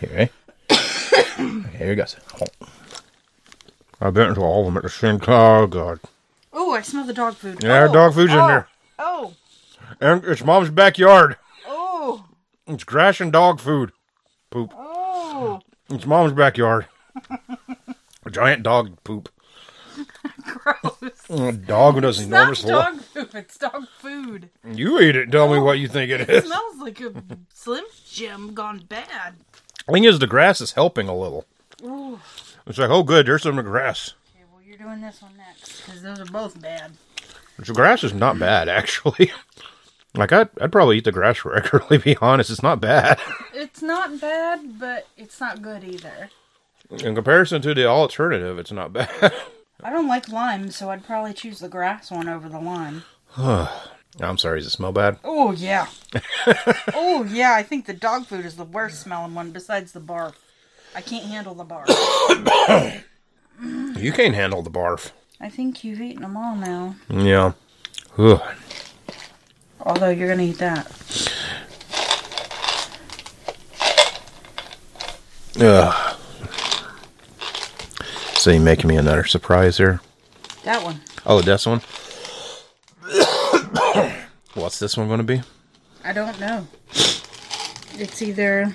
Speaker 2: ready? okay, eh? (coughs) here goes. I bit into all of them at the same time. Oh god!
Speaker 3: Oh, I smell the dog food.
Speaker 2: Yeah,
Speaker 3: oh,
Speaker 2: dog food's in
Speaker 3: oh,
Speaker 2: there,
Speaker 3: Oh,
Speaker 2: and it's mom's backyard.
Speaker 3: oh,
Speaker 2: It's grass and dog food. Poop.
Speaker 3: oh!
Speaker 2: It's mom's backyard. Giant dog poop.
Speaker 3: (laughs) Gross.
Speaker 2: A dog with an
Speaker 3: Not
Speaker 2: enormous.
Speaker 3: dog food. It's dog food.
Speaker 2: lo- you eat it. Tell me what you think it
Speaker 3: It
Speaker 2: is.
Speaker 3: smells like a Slim Jim gone bad.
Speaker 2: Thing is, the grass is helping a little.
Speaker 3: Ooh.
Speaker 2: It's like, oh, good, there's some grass.
Speaker 3: Okay, well, you're doing this one next because those are both bad.
Speaker 2: The grass is not bad, (laughs) actually. Like, I'd, I'd probably eat the grass (laughs) regularly, be honest. It's not bad.
Speaker 3: It's not bad, but it's not good either.
Speaker 2: In comparison to the alternative, it's not bad. (laughs)
Speaker 3: I don't like lime, so I'd probably choose the grass one over the lime.
Speaker 2: I'm sorry, does it smell bad?
Speaker 3: Oh, (laughs) yeah. oh, yeah, I think the dog food is the worst smelling one besides the barf. I can't handle the barf. (coughs)
Speaker 2: You can't handle the barf.
Speaker 3: I think you've eaten them all now.
Speaker 2: Yeah. Ugh.
Speaker 3: Although you're gonna eat that.
Speaker 2: Ugh. So you making me another surprise here?
Speaker 3: That one.
Speaker 2: Oh, that's one? (coughs) What's this one going to be?
Speaker 3: I don't know. It's either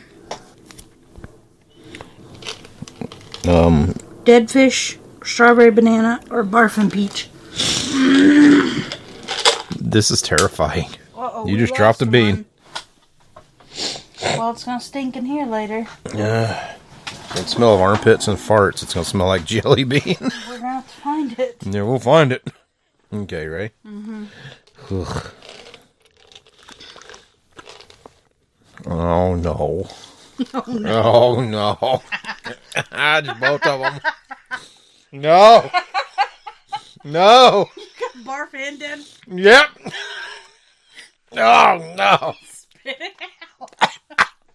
Speaker 2: Um,
Speaker 3: dead fish, strawberry banana, or barf and peach.
Speaker 2: this is terrifying.
Speaker 3: Uh-oh,
Speaker 2: You
Speaker 3: we
Speaker 2: just
Speaker 3: lost
Speaker 2: dropped a bean.
Speaker 3: one. Well, it's gonna stink in here later.
Speaker 2: The smell of armpits and farts. It's going to smell like jelly bean.
Speaker 3: We're gonna have to find it.
Speaker 2: Yeah, we'll find it. (laughs) Okay, right? Mm-hmm. Oh no. Oh no. (laughs) I just both of them. No. No.
Speaker 3: Barf and dead
Speaker 2: Yep. (laughs) Oh
Speaker 3: (laughs)
Speaker 2: no.
Speaker 3: spit it out.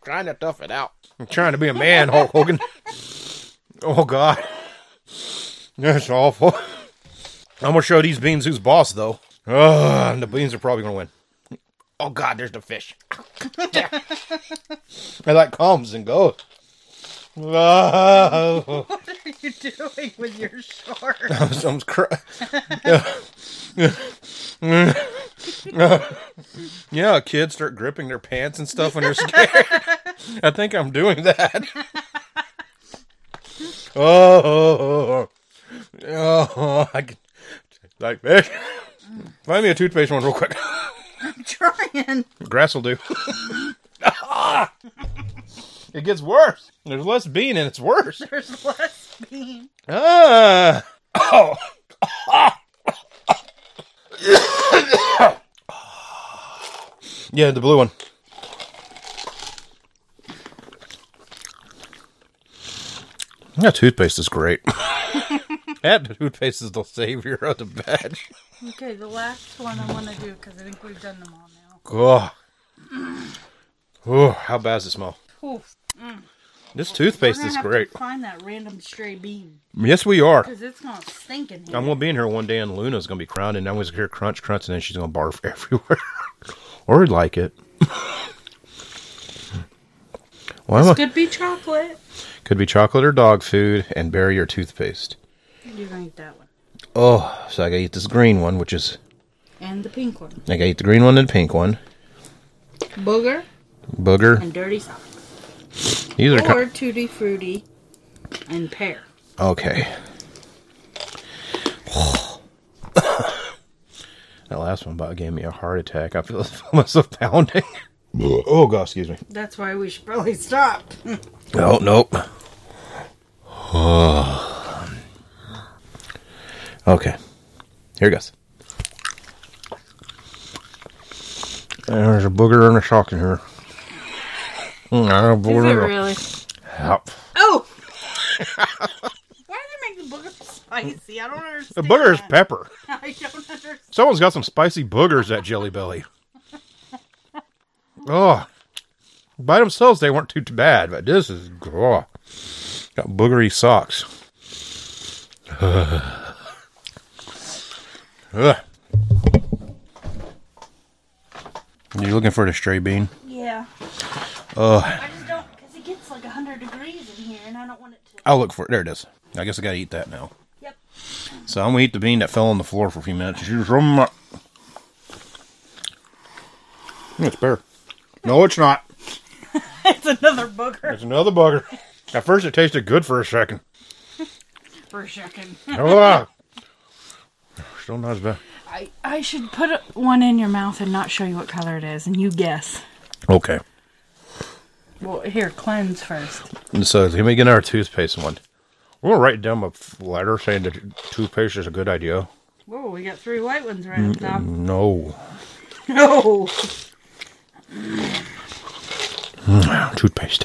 Speaker 2: Trying to tough it out. I'm trying to be a man, Hulk Hogan. (laughs) Oh god. That's awful. I'm gonna show these beans who's boss though. Ugh, and the beans are probably gonna win. Oh god, there's the fish. (laughs) and that comes and goes. (laughs) Oh,
Speaker 3: What are you doing with your shorts?
Speaker 2: I'm, I'm cry- yeah, kids start gripping their pants and stuff when they're scared. I think I'm doing that. oh, oh, oh, I can, like fish. Find me a toothpaste one real quick.
Speaker 3: I'm (laughs) trying.
Speaker 2: Grass will do. Ah! it gets worse. There's less bean and it's worse.
Speaker 3: There's less bean.
Speaker 2: Ah. (coughs) Oh. yeah, the blue one. That toothpaste is great. (laughs) that toothpaste is the savior of the batch.
Speaker 3: Okay, the last one I want to do because I think we've done them all now.
Speaker 2: Oh. Oh, how bad does it smell?
Speaker 3: Oof.
Speaker 2: This
Speaker 3: We're
Speaker 2: toothpaste
Speaker 3: gonna
Speaker 2: is
Speaker 3: have
Speaker 2: great.
Speaker 3: to find that random stray bean
Speaker 2: Yes, we are.
Speaker 3: because it's gonna stink in here.
Speaker 2: I'm gonna be in here one day, and Luna's gonna be crying, (laughs) and I'm gonna hear crunch, crunch, and then she's gonna barf everywhere, or like it. Well,
Speaker 3: This
Speaker 2: look,
Speaker 3: could be chocolate.
Speaker 2: could be chocolate or dog food, and bury your toothpaste.
Speaker 3: You're gonna eat that one
Speaker 2: Oh, so I gotta eat this green one, which is
Speaker 3: and the pink one.
Speaker 2: I gotta eat the green one and the pink one.
Speaker 3: Booger
Speaker 2: Booger.
Speaker 3: and dirty socks,
Speaker 2: These are ki-
Speaker 3: or tutti frutti and pear.
Speaker 2: okay. (sighs) that last one about gave me a heart attack. I feel, feel myself pounding. oh god, excuse me.
Speaker 3: That's why we should probably stop.
Speaker 2: No, nope. (sighs) okay. Here it goes. There's a booger and a sock in here. Mm, I have a
Speaker 3: Is
Speaker 2: booger
Speaker 3: it
Speaker 2: and a-
Speaker 3: really?
Speaker 2: Yep.
Speaker 3: (laughs) Oh. Why do they make the booger spicy? I don't
Speaker 2: The
Speaker 3: understand.
Speaker 2: booger is pepper.
Speaker 3: I don't understand.
Speaker 2: Someone's got some spicy boogers at Jelly Belly. Oh, by themselves they weren't too too bad, but this is oh, got boogery socks. (sighs) Ugh. You looking for the stray bean?
Speaker 3: Yeah. I just don't because it gets like hundred degrees in here, and I don't want it to.
Speaker 2: I'll look for it. There it is. I guess I gotta eat that now.
Speaker 3: Yep.
Speaker 2: So I'm gonna eat the bean that fell on the floor for a few minutes. She was from my- It's bear. No, it's not.
Speaker 3: it's another booger
Speaker 2: It's another bugger. At first, it tasted good for a second.
Speaker 3: for a second. (laughs)
Speaker 2: Ah. Still not as bad.
Speaker 3: I I should put a- one in your mouth and not show you what color it is, and you guess.
Speaker 2: Okay.
Speaker 3: Well, here, cleanse first.
Speaker 2: And so, let me get our toothpaste one. We'll write down a f- letter saying that toothpaste is a good idea.
Speaker 3: Whoa, we got three white ones right up (laughs) top.
Speaker 2: No.
Speaker 3: No.
Speaker 2: (sighs) toothpaste.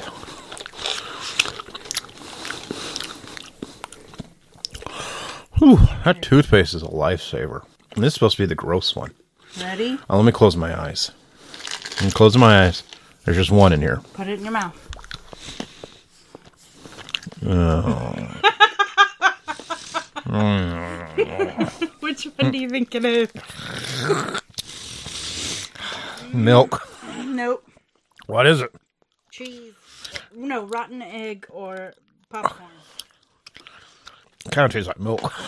Speaker 2: Whew, that toothpaste is a lifesaver. And this is supposed to be the gross one.
Speaker 3: Ready?
Speaker 2: Uh, let me close my eyes. I'm closing my eyes. There's just one in here.
Speaker 3: Put it in your mouth. (laughs) Which one do you think it is?
Speaker 2: Milk.
Speaker 3: Nope.
Speaker 2: What is it?
Speaker 3: Cheese. No, rotten egg or popcorn.
Speaker 2: Kind of tastes like milk. (laughs)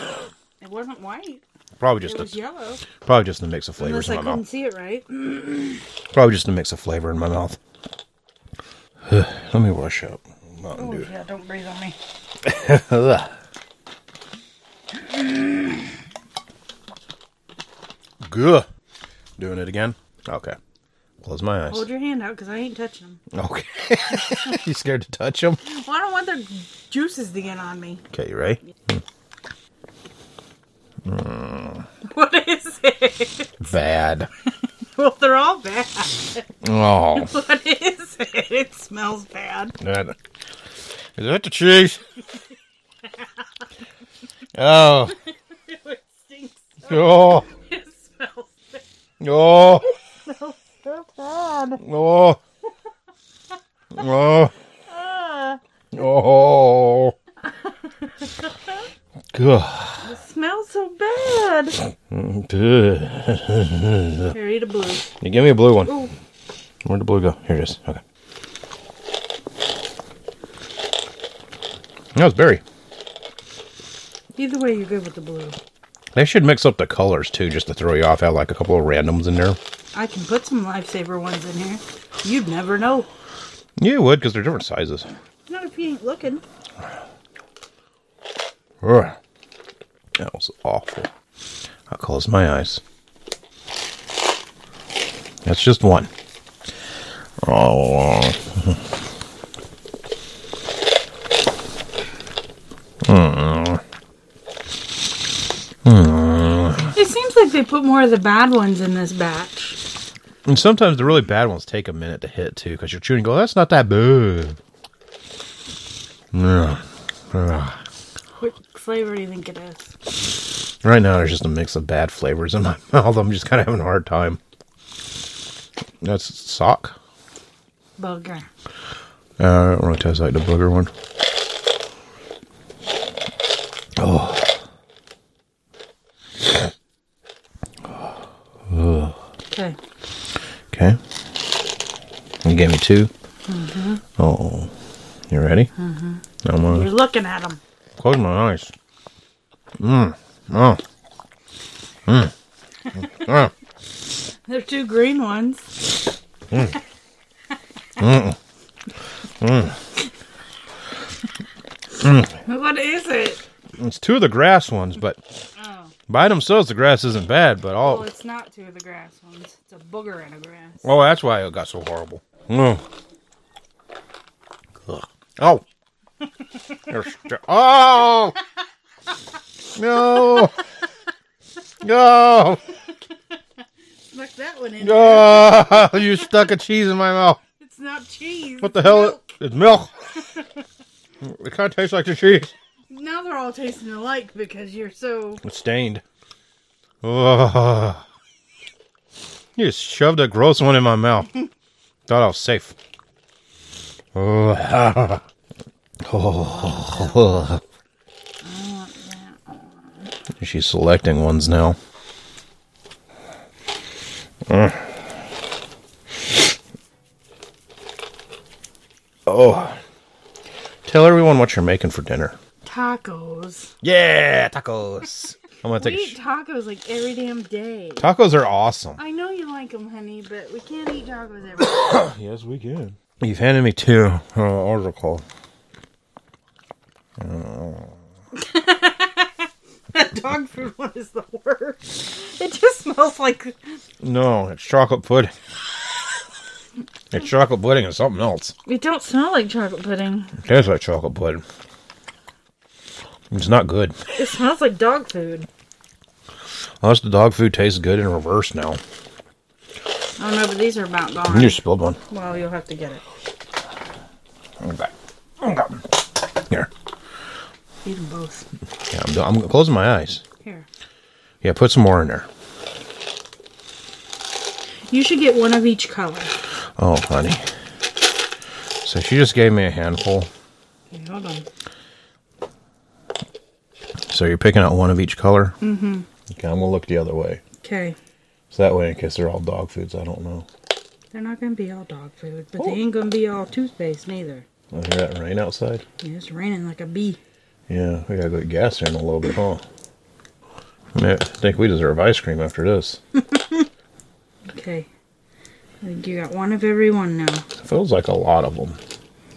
Speaker 3: It wasn't white.
Speaker 2: Probably
Speaker 3: It
Speaker 2: just
Speaker 3: was
Speaker 2: a,
Speaker 3: yellow.
Speaker 2: probably just a mix of flavors
Speaker 3: Unless
Speaker 2: in
Speaker 3: I
Speaker 2: my
Speaker 3: couldn't
Speaker 2: mouth.
Speaker 3: see it right.
Speaker 2: Probably just a mix of flavor in my mouth. (sighs) Let me wash up. Mountain
Speaker 3: Oh
Speaker 2: Dew.
Speaker 3: yeah, don't breathe on me.
Speaker 2: Ugh. Good. Doing it again. Okay. Close my eyes.
Speaker 3: Hold your hand out because I ain't touching them.
Speaker 2: Okay. (laughs) you scared to touch them?
Speaker 3: Well, I don't want their juices to get on me. (laughs)
Speaker 2: Okay, you ready?
Speaker 3: What is it?
Speaker 2: Bad.
Speaker 3: Well, they're all bad. (laughs)
Speaker 2: Oh.
Speaker 3: What is it? It smells bad.
Speaker 2: That, is that the
Speaker 3: (laughs)
Speaker 2: cheese? oh,
Speaker 3: (laughs) It stinks.
Speaker 2: oh,
Speaker 3: It smells bad.
Speaker 2: oh,
Speaker 3: So bad.
Speaker 2: oh, oh,
Speaker 3: Ah,
Speaker 2: oh. Good.
Speaker 3: it smells so bad.
Speaker 2: Good.
Speaker 3: Here, eat a blue.
Speaker 2: You give me a blue one.
Speaker 3: Ooh.
Speaker 2: Where'd the blue go? Here it is. Okay. That was berry.
Speaker 3: Either way, you're good with the blue.
Speaker 2: They should mix up the colors too, just to throw you off. Have like a couple of randoms in there.
Speaker 3: I can put some lifesaver ones in here. You'd never know.
Speaker 2: Yeah, you would, because they're different sizes.
Speaker 3: Not if you ain't looking.
Speaker 2: Ugh. That was awful. I closed my eyes. That's just one. Oh.
Speaker 3: It seems like they put more of the bad ones in this batch.
Speaker 2: And sometimes the really bad ones take a minute to hit too, because you're chewing and go, that's not that bad. Ugh. Ugh.
Speaker 3: Which flavor do you think it is?
Speaker 2: Right now there's just a mix of bad flavors in my (laughs) mouth. I'm just kinda having a hard time. That's sock.
Speaker 3: Booger.
Speaker 2: Uh, I don't really taste like the booger one. Oh.
Speaker 3: Okay.
Speaker 2: Okay. You gave me 2 Oh. You ready? Mm-hmm. I'm
Speaker 3: You're
Speaker 2: gonna
Speaker 3: looking at them.
Speaker 2: close my eyes. Mmm. Oh. Mm. Mmm.
Speaker 3: They're two green ones. (laughs) What is it?
Speaker 2: It's two of the grass ones, but by themselves the grass isn't bad. But all
Speaker 3: Well, Oh, it's not two of the grass ones. It's a booger in a grass.
Speaker 2: oh, that's why it got so horrible. Mm. Ugh. Oh. They're st- oh. No. No.
Speaker 3: Look that one in.
Speaker 2: Oh, you stuck a cheese in my mouth.
Speaker 3: It's not cheese.
Speaker 2: What the hell? It's milk. It kind of tastes like the cheese.
Speaker 3: Now they're all tasting alike because you're so.
Speaker 2: It's stained. Ugh. You just shoved a gross one in my (laughs) mouth. Thought I was safe. Ugh. Oh. She's selecting ones now. Ugh. Oh. Tell everyone what you're making for dinner.
Speaker 3: Tacos.
Speaker 2: Yeah, tacos. I'm gonna
Speaker 3: We
Speaker 2: take a
Speaker 3: eat
Speaker 2: sh-
Speaker 3: tacos like every damn day.
Speaker 2: Tacos are awesome.
Speaker 3: I know you like them, honey, but we can't eat tacos every day.
Speaker 2: Yes, we can. You've handed me two. Oh, article.
Speaker 3: (coughs) Dog food one is the worst. It just smells like
Speaker 2: No, it's chocolate pudding. it's chocolate pudding and something else.
Speaker 3: It don't smell like chocolate pudding.
Speaker 2: It tastes like chocolate pudding. It's not good.
Speaker 3: It smells like dog food.
Speaker 2: Unless the dog food tastes good in reverse now.
Speaker 3: I don't know, but these are about
Speaker 2: You
Speaker 3: gone.
Speaker 2: just spilled one.
Speaker 3: Well, you'll have to get it.
Speaker 2: Okay. Okay. Here.
Speaker 3: Eat them both.
Speaker 2: Yeah, I'm, do- I'm closing my eyes.
Speaker 3: Here.
Speaker 2: Yeah, put some more in there.
Speaker 3: You should get one of each color.
Speaker 2: Oh, honey. So she just gave me a handful.
Speaker 3: Okay, hold on.
Speaker 2: So you're picking out one of each color? Mm-hmm. Okay, I'm gonna look the other way.
Speaker 3: Okay.
Speaker 2: So that way, in case they're all dog foods, I don't know.
Speaker 3: They're not going to be all dog food, but they ain't going to be all toothpaste neither.
Speaker 2: I hear that rain outside.
Speaker 3: Yeah, it's raining like a bee.
Speaker 2: Yeah, we gotta go get gas here in a little bit, huh? Yeah, I think we deserve ice cream after this.
Speaker 3: Okay. I think you got one of every one now.
Speaker 2: It feels like a lot of them.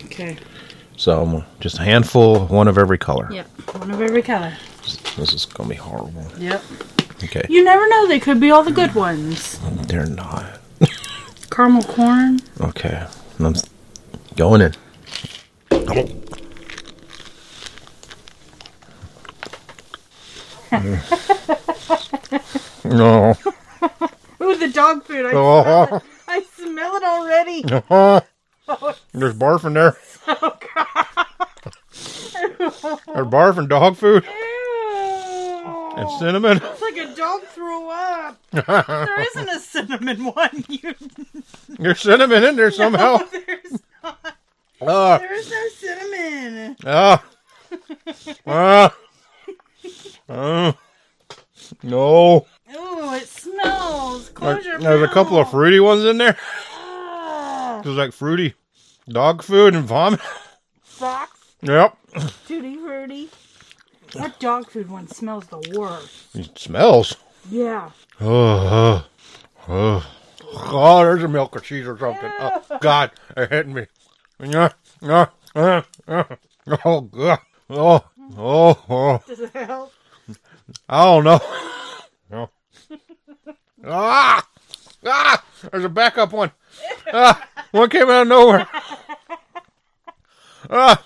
Speaker 3: Okay.
Speaker 2: So I'm gonna- just a handful, one of every color.
Speaker 3: Yep. One of every color.
Speaker 2: This is gonna be horrible.
Speaker 3: Yep.
Speaker 2: Okay,
Speaker 3: You never know. They could be all the good ones.
Speaker 2: they're not.
Speaker 3: Caramel corn.
Speaker 2: Okay, and I'm s- going in. no.
Speaker 3: Ooh, the dog
Speaker 2: (laughs)
Speaker 3: food. I,
Speaker 2: Oh,
Speaker 3: I smell
Speaker 2: (laughs)
Speaker 3: it already.
Speaker 2: there's barf in there. There's barf and dog food and
Speaker 3: It's
Speaker 2: cinnamon. (laughs)
Speaker 3: like a dog threw up. there isn't a cinnamon one. (laughs) You,
Speaker 2: There's cinnamon in there
Speaker 3: (laughs)
Speaker 2: somehow.
Speaker 3: there's,
Speaker 2: Ah,
Speaker 3: there's no cinnamon.
Speaker 2: ah, ah, ah. No.
Speaker 3: Ooh, it smells. Close your
Speaker 2: There's a couple of
Speaker 3: mouth.
Speaker 2: fruity ones in there.
Speaker 3: Ugh.
Speaker 2: There's like fruity dog food and vomit.
Speaker 3: Fox,
Speaker 2: (laughs) Yep.
Speaker 3: tutti frutti. That dog food one smells the worst.
Speaker 2: It smells.
Speaker 3: Yeah.
Speaker 2: Oh, oh, oh. oh there's a milk or cheese or something. Oh, God, it hit me. Yeah, yeah, yeah, yeah. Oh, God. Oh, oh, oh.
Speaker 3: Does it help?
Speaker 2: I don't know. No. Ah! Ah! There's a backup one. Ah! One came out of nowhere. Ah!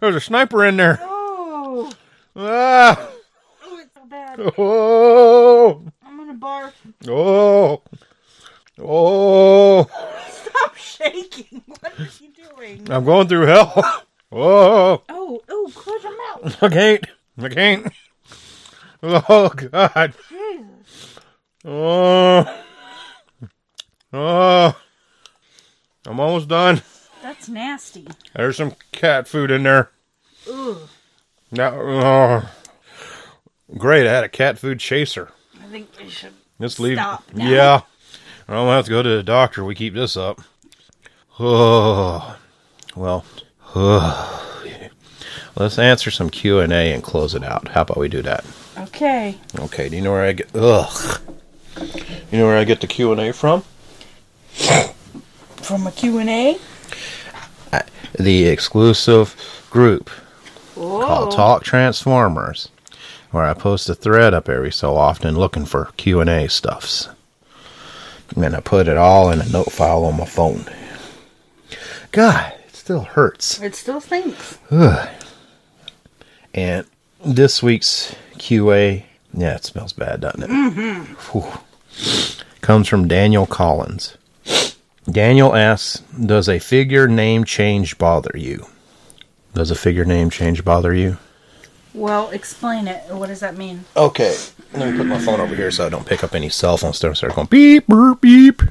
Speaker 2: There's a sniper in there.
Speaker 3: Oh,
Speaker 2: Ah!
Speaker 3: oh, it's so bad.
Speaker 2: Oh!
Speaker 3: I'm gonna (laughs) barf.
Speaker 2: Oh! Oh!
Speaker 3: Stop shaking. (laughs) What are you doing?
Speaker 2: I'm going through hell. (laughs) Oh,
Speaker 3: Oh, oh, close your mouth.
Speaker 2: I can't. I can't. Oh God.
Speaker 3: Jesus.
Speaker 2: Oh. Oh. I'm almost done.
Speaker 3: That's nasty.
Speaker 2: There's some cat food in there.
Speaker 3: Ooh.
Speaker 2: Now, oh. great. I had a cat food chaser.
Speaker 3: I think we should.
Speaker 2: Let's leave.
Speaker 3: Stop now.
Speaker 2: Yeah. I (sighs) don't have to go to the doctor. We keep this up. Oh. Well. (sighs) Let's answer some Q and A and close it out. How about we do that?
Speaker 3: Okay.
Speaker 2: Okay. Do you know where I get? Ugh. You know where I get the Q and A from?
Speaker 3: From a Q&A.
Speaker 2: The exclusive group
Speaker 3: Whoa.
Speaker 2: called Talk Transformers, where I post a thread up every so often looking for Q and A stuffs. And I put it all in a note file on my phone. God, it still hurts.
Speaker 3: It still stinks.
Speaker 2: And this week's QA, yeah, it smells bad, doesn't it? Whew. Comes from Daniel Collins. Daniel asks, "Does a figure name change bother you?" Does a figure name change bother you?
Speaker 3: Well, explain it. What does that mean?
Speaker 2: Okay, let me put my phone over here so I don't pick up any cell phone stuff. Start going beep, burp, beep. Um,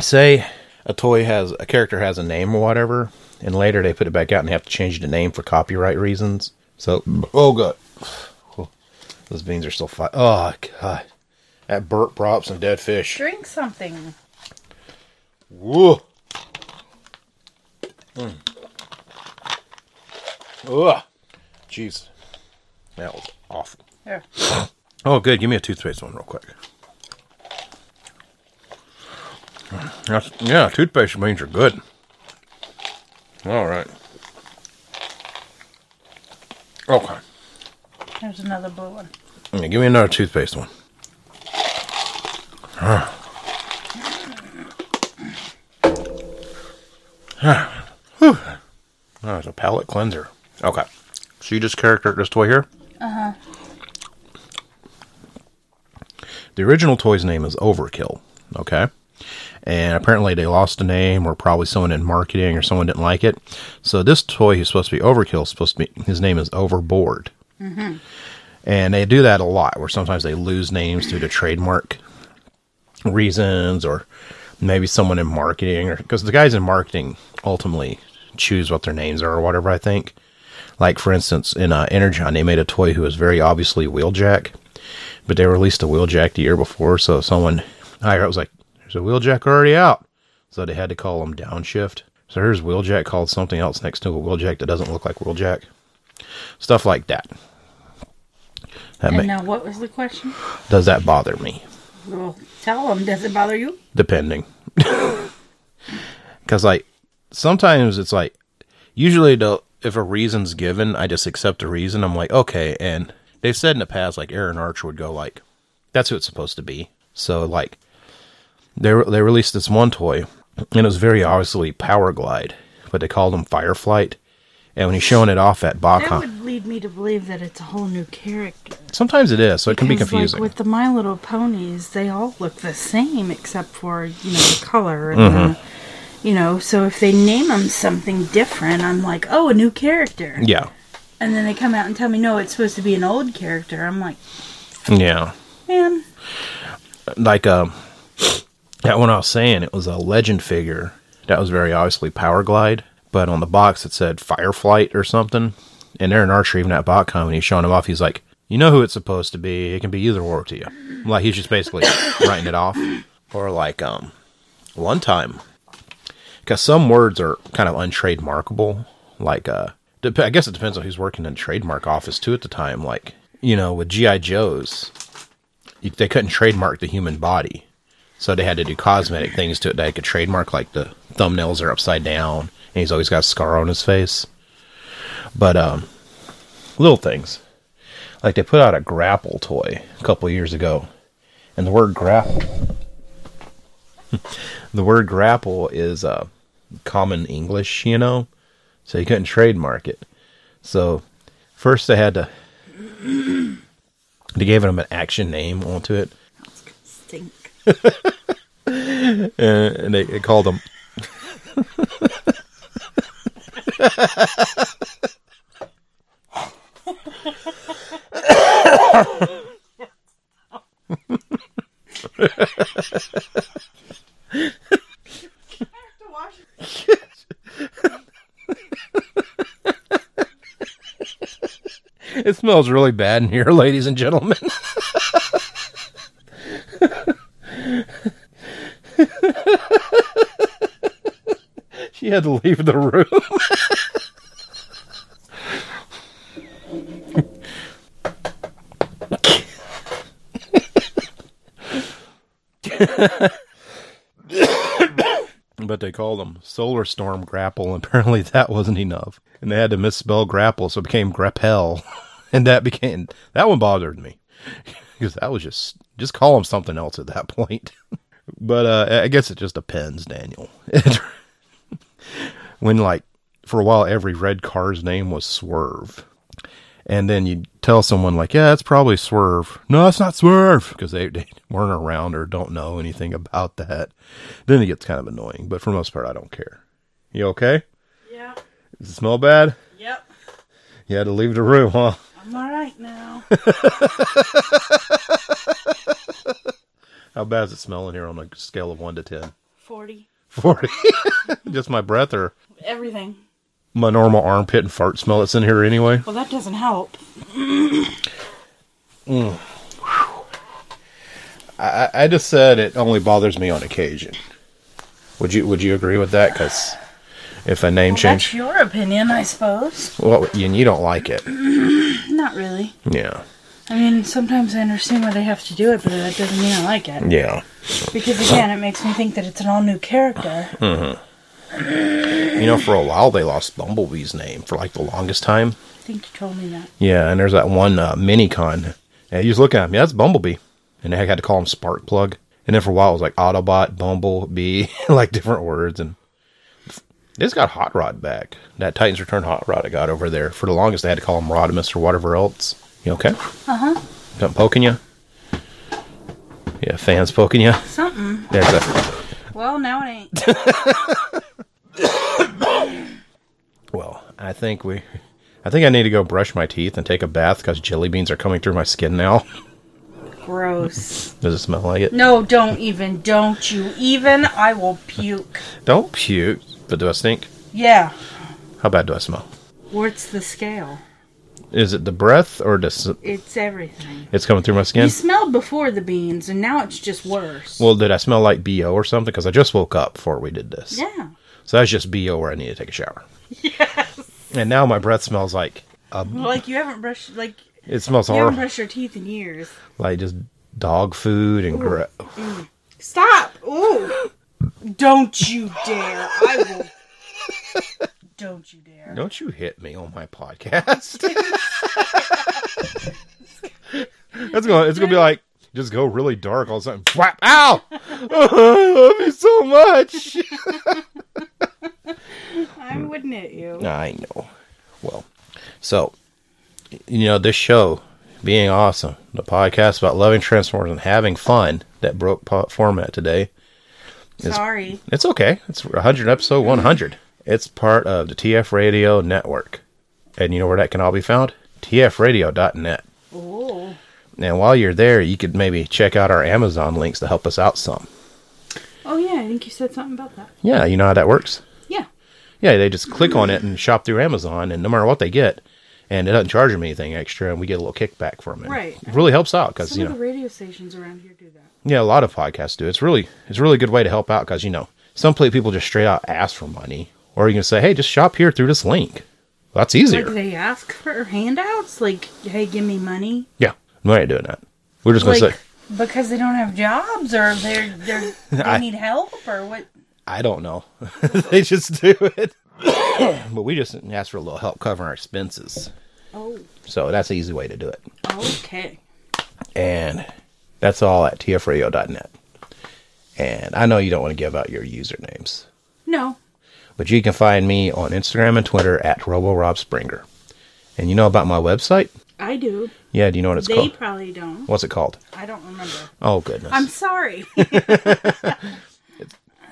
Speaker 2: say a toy has a character has a name or whatever, and later they put it back out and have to change the name for copyright reasons. So, oh god, Oh, those beans are still fi Oh god, that burp brought up some dead fish.
Speaker 3: Drink something.
Speaker 2: Whoa. Mm. Ugh. Jeez, that was awful.
Speaker 3: Here.
Speaker 2: Oh, good. Give me a toothpaste one real quick. That's, yeah, toothpaste beans are good. All right. Okay.
Speaker 3: There's another blue one.
Speaker 2: Yeah, give me another toothpaste one. Ah. Ah. Whew. That was a palate cleanser. Okay. See this character, this toy here? Uh huh. The original toy's name is Overkill. Okay. And apparently they lost the name, or probably someone in marketing or someone didn't like it. So this toy who's supposed to be Overkill is supposed to be, his name is Overboard. And they do that a lot, where sometimes they lose names due to trademark reasons or maybe someone in marketing, or because the guys in marketing ultimately choose what their names are or whatever, I think. Like, for instance, in uh, Energon, they made a toy who was very obviously Wheeljack, but they released a Wheeljack the year before, so someone higher up was like, there's a Wheeljack already out. So they had to call him Downshift. So here's Wheeljack called something else next to a Wheeljack that doesn't look like Wheeljack. Stuff like that. That
Speaker 3: And
Speaker 2: ma-
Speaker 3: now, what was the question?
Speaker 2: does that bother me?
Speaker 3: Well, tell them. Does it bother you?
Speaker 2: Depending. (laughs) Because, like, sometimes it's like, usually the, if a reason's given, I just accept the reason. I'm like, okay. And they've said in the past, like, Aaron Archer would go, like, that's who it's supposed to be. So, like, they, re- they released this one toy, and it was very obviously Power Glide, but they called him Fireflight. And when he's showing it off at
Speaker 3: That
Speaker 2: BotCon,
Speaker 3: would lead me to believe that it's a whole new character.
Speaker 2: sometimes it is, so it can be
Speaker 3: Because,
Speaker 2: confusing.
Speaker 3: Like with the My Little Ponies, they all look the same except for you know the color. And
Speaker 2: Mm-hmm.
Speaker 3: the, you know, so if they name them something different, I'm like, oh, a new character.
Speaker 2: yeah.
Speaker 3: And then they come out and tell me, no, it's supposed to be an old character. I'm like,
Speaker 2: Yeah.
Speaker 3: man,
Speaker 2: like um (sniffs) that one I was saying, it was a legend figure that was very obviously Power Glide, but on the box it said Fireflight or something. And Aaron Archer, even at BotCon, when he's showing him off, he's like, "You know who it's supposed to be. It can be either or to you." Like he's just basically writing it off. Or like um, one time, because some words are kind of untrademarkable. Like uh, dep- I guess it depends on who's working in the trademark office too at the time. Like you know, with GI Joes, you- they couldn't trademark the human body. So they had to do cosmetic things to it that they could trademark, like the thumbnails are upside down, and he's always got a scar on his face. But um, little things, like they put out a grapple toy a couple years ago, and the word grapple, (laughs) the word grapple is uh, common English, you know, so you couldn't trademark it. So first they had to, they gave him an action name onto it,
Speaker 3: stink.
Speaker 2: and, and they, they called him. (laughs) It smells really bad in here, (laughs) ladies and gentlemen. she had to leave the room. (laughs) but they called them Solar Storm Grapple. and Apparently, that wasn't enough, and they had to misspell grapple, so it became (laughs) grapel, and that became that one bothered me (laughs) because that was just just call them something else at that point. (laughs) but uh, I guess it just depends, Daniel. (laughs) when like for a while, every red car's name was Swerve. And then you tell someone like, "Yeah, it's probably Swerve." No, it's not Swerve because they, they weren't around or don't know anything about that. Then it gets kind of annoying. But for the most part, I don't care. You okay?
Speaker 3: Yeah.
Speaker 2: Does it smell bad?
Speaker 3: Yep.
Speaker 2: You had to leave the room, huh?
Speaker 3: I'm all right now.
Speaker 2: How bad is it smelling here on a scale of one to ten? (laughs)
Speaker 3: 40.
Speaker 2: Forty. (laughs) Just my breath or
Speaker 3: Everything.
Speaker 2: my normal armpit and fart smell that's in here anyway.
Speaker 3: Well, that doesn't help.
Speaker 2: I, I just said it only bothers me on occasion. Would you Would you agree with that? Because if a name
Speaker 3: That's
Speaker 2: change,
Speaker 3: your opinion, I suppose.
Speaker 2: well, and you don't like it,
Speaker 3: Not really.
Speaker 2: yeah,
Speaker 3: I mean, sometimes I understand why they have to do it, but that doesn't mean I like it.
Speaker 2: yeah.
Speaker 3: Because again, it makes me think that it's an all new character.
Speaker 2: You know, for a while they lost Bumblebee's name for like the longest time.
Speaker 3: I think you told me that.
Speaker 2: Yeah, and there's that one uh, mini con. And you just look at him, yeah, that's Bumblebee. And they had to call him Sparkplug. And then for a while it was like Autobot, Bumblebee, (laughs) like different words. And this got Hot Rod back. That Titans Return Hot Rod I got over there. For the longest, they had to call him Rodimus or whatever else. You okay? Uh huh. Something poking you? Yeah, fans poking you.
Speaker 3: Something.
Speaker 2: There's a
Speaker 3: Well, now it ain't. (laughs)
Speaker 2: Well, I think we, I think I need to go brush my teeth and take a bath because jelly beans are coming through my skin now. (laughs)
Speaker 3: Gross.
Speaker 2: Does it smell like it?
Speaker 3: No, don't even. Don't you even. I will puke.
Speaker 2: Don't puke. But do I stink?
Speaker 3: Yeah.
Speaker 2: How bad do I smell?
Speaker 3: What's the scale?
Speaker 2: Is it the breath or just
Speaker 3: It's everything.
Speaker 2: it's coming through my
Speaker 3: You
Speaker 2: skin?
Speaker 3: smelled before the beans, and now it's just worse.
Speaker 2: Well, did I smell like BO or something? Because I just woke up before we did this.
Speaker 3: yeah.
Speaker 2: So that's just BO where I need to take a shower. Yes. And now my breath smells like
Speaker 3: Like you haven't brushed. Like
Speaker 2: it smells
Speaker 3: you haven't
Speaker 2: horrible,
Speaker 3: brushed your teeth in years.
Speaker 2: like just dog food and gr-
Speaker 3: Stop! Ooh! Don't you dare! I will. (laughs) Don't you dare!
Speaker 2: Don't you hit me on my podcast. it's gonna it's gonna be like just go really dark all of a sudden. Whap! Ow! (laughs) I love you so much.
Speaker 3: I wouldn't hit you.
Speaker 2: I know. Well, so you know this show being awesome, the podcast about loving Transformers and having fun that broke po- format today.
Speaker 3: Sorry.
Speaker 2: It's okay. It's 100 episode 100. It's part of the TF Radio network, and you know where that can all be found? TFRadio.net.
Speaker 3: Ooh.
Speaker 2: And while you're there, you could maybe check out our Amazon links to help us out some.
Speaker 3: Oh yeah, I think you said something about that.
Speaker 2: Yeah, you know how that works.
Speaker 3: Yeah.
Speaker 2: Yeah, they just click on it and shop through Amazon, and no matter what they get, and it doesn't charge them anything extra, and we get a little kickback from it.
Speaker 3: Right.
Speaker 2: It really helps out because
Speaker 3: Some
Speaker 2: you
Speaker 3: of
Speaker 2: know,
Speaker 3: the radio stations around here do that.
Speaker 2: yeah, a lot of podcasts do. It's really, it's a really good way to help out because you know, some pla- people just straight out ask for money, or you can say, hey, just shop here through this link. Well, that's easier.
Speaker 3: Like, do they ask for handouts? Like, hey, give me money?
Speaker 2: yeah, we ain't doing that. We're just gonna
Speaker 3: Like,
Speaker 2: say,
Speaker 3: because they don't have jobs or they're, they're,
Speaker 2: (laughs)
Speaker 3: they
Speaker 2: I-
Speaker 3: need help or what?
Speaker 2: I don't know. (laughs) they just do it. (coughs) but we just ask for a little help covering our expenses.
Speaker 3: Oh,
Speaker 2: So that's the easy way to do it.
Speaker 3: okay.
Speaker 2: And that's all at tfradio.net. And I know you don't want to give out your usernames,
Speaker 3: No.
Speaker 2: but you can find me on Instagram and Twitter at RoboRobSpringer. And you know about my website?
Speaker 3: I do.
Speaker 2: Yeah, do you know what it's
Speaker 3: they
Speaker 2: called?
Speaker 3: probably don't.
Speaker 2: What's it called?
Speaker 3: I don't remember.
Speaker 2: Oh, goodness.
Speaker 3: I'm
Speaker 2: (laughs)
Speaker 3: sorry.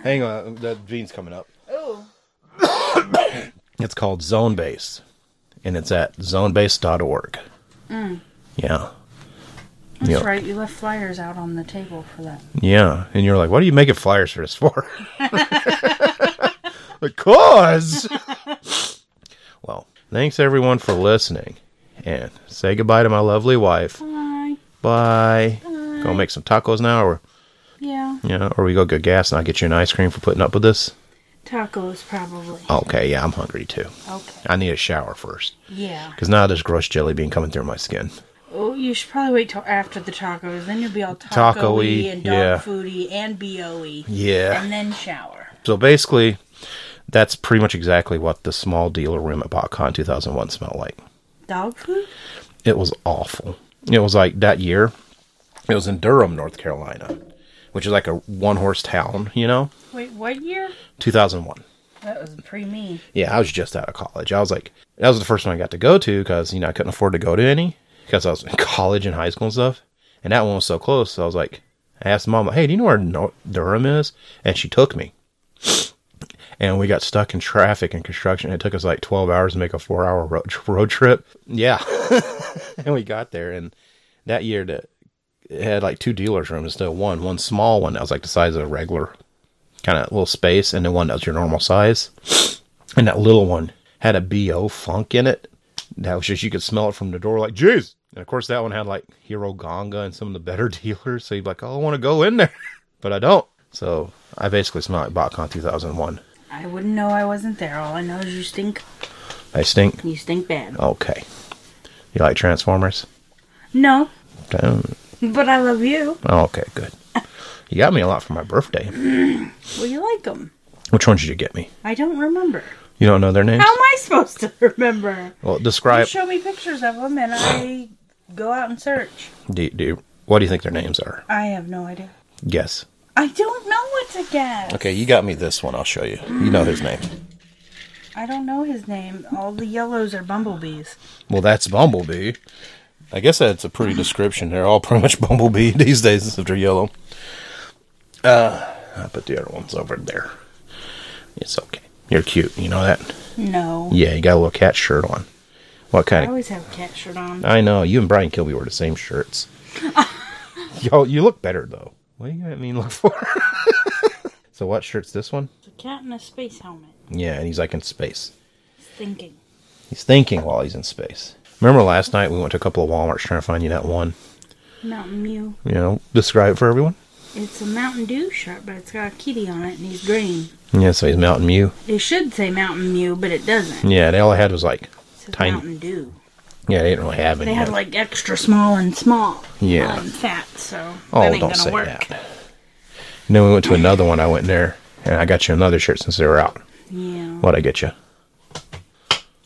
Speaker 2: Hang on, that gene's coming up.
Speaker 3: oh.
Speaker 2: It's called Zone Base, and it's at zonebase.org. Yeah.
Speaker 3: Mm. That's
Speaker 2: Yeah.
Speaker 3: right. You left flyers out on the table for that.
Speaker 2: Yeah. And you're like, what are you making flyers for this for? (laughs) because. (laughs) well, thanks everyone for listening. And say goodbye to my lovely wife.
Speaker 3: Bye.
Speaker 2: Bye. Go make some tacos now, or
Speaker 3: Yeah.
Speaker 2: yeah, or we go get gas and I'll get you an ice cream for putting up with this.
Speaker 3: Tacos, probably.
Speaker 2: Okay, yeah, I'm hungry too.
Speaker 3: Okay.
Speaker 2: I need a shower first
Speaker 3: Yeah.
Speaker 2: because now there's gross jelly bean coming through my skin.
Speaker 3: Oh, you should probably wait till after the tacos. Then you'll be all
Speaker 2: Taco-y,
Speaker 3: taco-y and dog
Speaker 2: yeah.
Speaker 3: foody and E. boe.
Speaker 2: Yeah.
Speaker 3: And then shower.
Speaker 2: So basically, that's pretty much exactly what the small dealer room at BotCon 2001 smelled like.
Speaker 3: Dog food?
Speaker 2: It was awful. It was like that year, it was in Durham, North Carolina, which is like a one horse town, you know?
Speaker 3: Wait, what year?
Speaker 2: 2001.
Speaker 3: That was pre me.
Speaker 2: Yeah, I was just out of college. I was like, that was the first one I got to go to because, you know, I couldn't afford to go to any because I was in (laughs) college and high school and stuff. And that one was so close. So I was like, I asked mom, hey, do you know where Nor- Durham is? And she took me. (sniffs) And we got stuck in traffic and construction. It took us like 12 hours to make a four hour road, road trip. Yeah. (laughs) and we got there. And that year, that it had like two dealer's rooms instead of one. One small one that was like the size of a regular kind of little space, and then one that was your normal size and that little one had a bo funk in it that was just you could smell it from the door like jeez and of course that one had like hero ganga and some of the better (laughs) dealers so you'd be like oh i want to go in there (laughs) but i don't so i basically smell like botcon 2001
Speaker 3: I wouldn't know I wasn't there. All I know is you stink.
Speaker 2: i stink
Speaker 3: You stink bad.
Speaker 2: okay you like transformers
Speaker 3: No,
Speaker 2: Damn.
Speaker 3: but I love you.
Speaker 2: oh, okay good (laughs) you got me a lot for my birthday
Speaker 3: Well, you like them.
Speaker 2: which ones did you get me
Speaker 3: I don't remember.
Speaker 2: you don't know their names
Speaker 3: How am I supposed to remember?
Speaker 2: well describe
Speaker 3: You show me pictures of them and I go out and search.
Speaker 2: do, do you- what do you think their names are
Speaker 3: I have no idea.
Speaker 2: guess
Speaker 3: I don't know what to guess.
Speaker 2: okay you got me this one i'll show you you know his name
Speaker 3: I don't know his name. All the yellows are bumblebees.
Speaker 2: Well, that's Bumblebee. I guess that's a pretty description. They're all pretty much (laughs) Bumblebee these days if they're yellow. Uh, I put the other ones over there. It's okay. You're cute. You know that?
Speaker 3: No.
Speaker 2: Yeah, you got a little cat shirt on. What
Speaker 3: I
Speaker 2: kind of.
Speaker 3: always have a cat shirt on.
Speaker 2: I know. You and Brian Kilby wore the same shirts. Yo, you look better, though. What do you got me look for? (laughs) so, what shirt's this one?
Speaker 3: It's a cat in a space helmet.
Speaker 2: Yeah, and he's like in space.
Speaker 3: It's thinking.
Speaker 2: He's thinking while he's in space. Remember last night we went to a couple of Walmarts trying to find you that one?
Speaker 3: Mountain Mew.
Speaker 2: you know, describe it for everyone.
Speaker 3: It's a Mountain Dew shirt, but it's got a kitty on it and he's green.
Speaker 2: Yeah, so he's Mountain Mew.
Speaker 3: It should say Mountain Mew, but it doesn't.
Speaker 2: Yeah, they all I had was like,
Speaker 3: It says
Speaker 2: Tiny.
Speaker 3: Mountain Dew.
Speaker 2: yeah, they didn't really have any.
Speaker 3: They had like extra small and small.
Speaker 2: Yeah.
Speaker 3: I'm fat, so
Speaker 2: oh,
Speaker 3: that ain't
Speaker 2: don't
Speaker 3: gonna
Speaker 2: say
Speaker 3: work.
Speaker 2: that. And then we went to another one. I went there and I got you another shirt since they were out.
Speaker 3: Yeah.
Speaker 2: What'd I get you?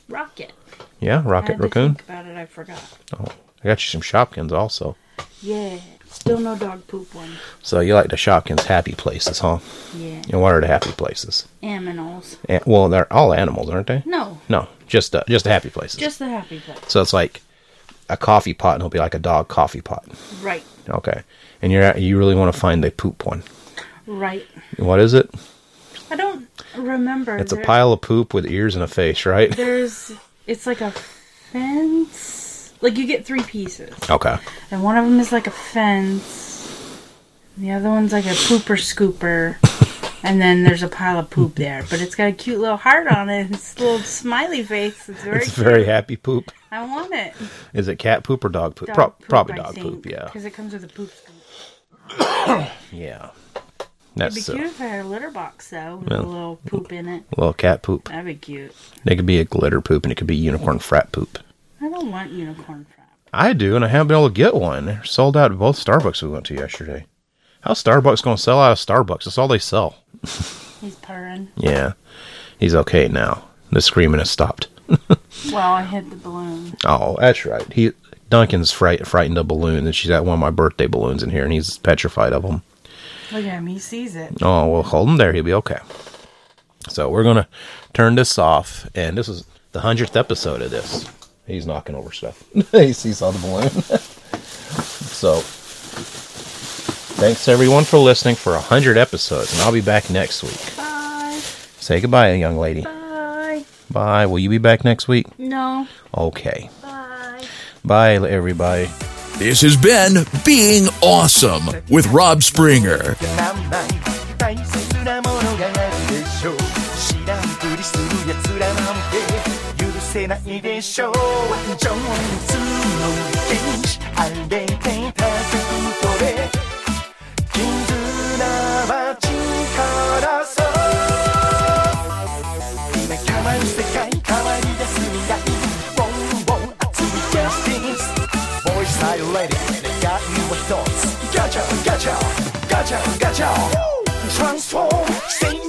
Speaker 3: Rocket.
Speaker 2: Yeah,
Speaker 3: I
Speaker 2: Rocket
Speaker 3: had to
Speaker 2: Raccoon.
Speaker 3: think about it. I forgot.
Speaker 2: Oh, I got you some Shopkins also.
Speaker 3: Yeah. Still no dog poop one.
Speaker 2: So you like the Shopkins happy places, huh?
Speaker 3: Yeah.
Speaker 2: And what are the happy places?
Speaker 3: Aminals.
Speaker 2: And, well, they're all animals, aren't they?
Speaker 3: No.
Speaker 2: No, just uh, just the happy places.
Speaker 3: Just the happy place.
Speaker 2: so it's like a coffee pot, and it'll be like a dog coffee pot.
Speaker 3: Right.
Speaker 2: Okay, and you're at, you really want to find the poop one.
Speaker 3: Right.
Speaker 2: What is it?
Speaker 3: I don't remember.
Speaker 2: It's a
Speaker 3: There-
Speaker 2: pile of poop with ears and a face,
Speaker 3: (laughs)
Speaker 2: right?
Speaker 3: There's. It's like a fence. Like you get three pieces,
Speaker 2: Okay.
Speaker 3: and one of them is like a fence. and The other one's like a pooper scooper, and then there's a pile of poop there. But it's got a cute little heart on it. and It's a little smiley face. It's very.
Speaker 2: It's very happy poop.
Speaker 3: I want it.
Speaker 2: Is it cat poop or dog poop?
Speaker 3: Dog
Speaker 2: Pro-
Speaker 3: poop,
Speaker 2: probably
Speaker 3: I
Speaker 2: dog
Speaker 3: think,
Speaker 2: poop, yeah.
Speaker 3: Because it comes with a poop scoop.
Speaker 2: Yeah.
Speaker 3: It'd be
Speaker 2: That's
Speaker 3: cute
Speaker 2: a
Speaker 3: if I had a litter box though, with
Speaker 2: Well.
Speaker 3: a little poop in it.
Speaker 2: little cat poop.
Speaker 3: That'd be cute.
Speaker 2: It could be a glitter poop and it could be unicorn frat poop.
Speaker 3: I don't want unicorn crap.
Speaker 2: I do, and I haven't been able to get one. They're sold out at both Starbucks we went to yesterday. How's Starbucks going to sell out of Starbucks? That's all they sell.
Speaker 3: He's purring.
Speaker 2: Yeah. He's okay now. The screaming has stopped.
Speaker 3: Well, I hit the balloon.
Speaker 2: Oh, that's right. He Duncan's fright, frightened of balloons, and she's got one of my birthday balloons in here, and he's petrified of them.
Speaker 3: Look at him. He sees it.
Speaker 2: Oh, well, hold him there. He'll be okay. So we're going to turn this off. And this is the 100th episode of this. He's knocking over stuff. (laughs) he sees all the balloon. (laughs) so thanks, everyone, for listening for 100 episodes. And I'll be back next week.
Speaker 3: Bye.
Speaker 2: Say goodbye, young lady.
Speaker 3: Bye.
Speaker 2: Bye. Will you be back next week?
Speaker 3: No.
Speaker 2: Okay.
Speaker 3: Bye.
Speaker 2: Bye, everybody.
Speaker 1: This has been Being Awesome with Rob Springer.
Speaker 4: 大切なものがあるでしょう知らんぷりする奴らなんて許せないでしょう情熱の禁止あれで叩くとで絆は力そう ready 願いは一つガチャガチャガチャガチャ Transform 戦 Oh,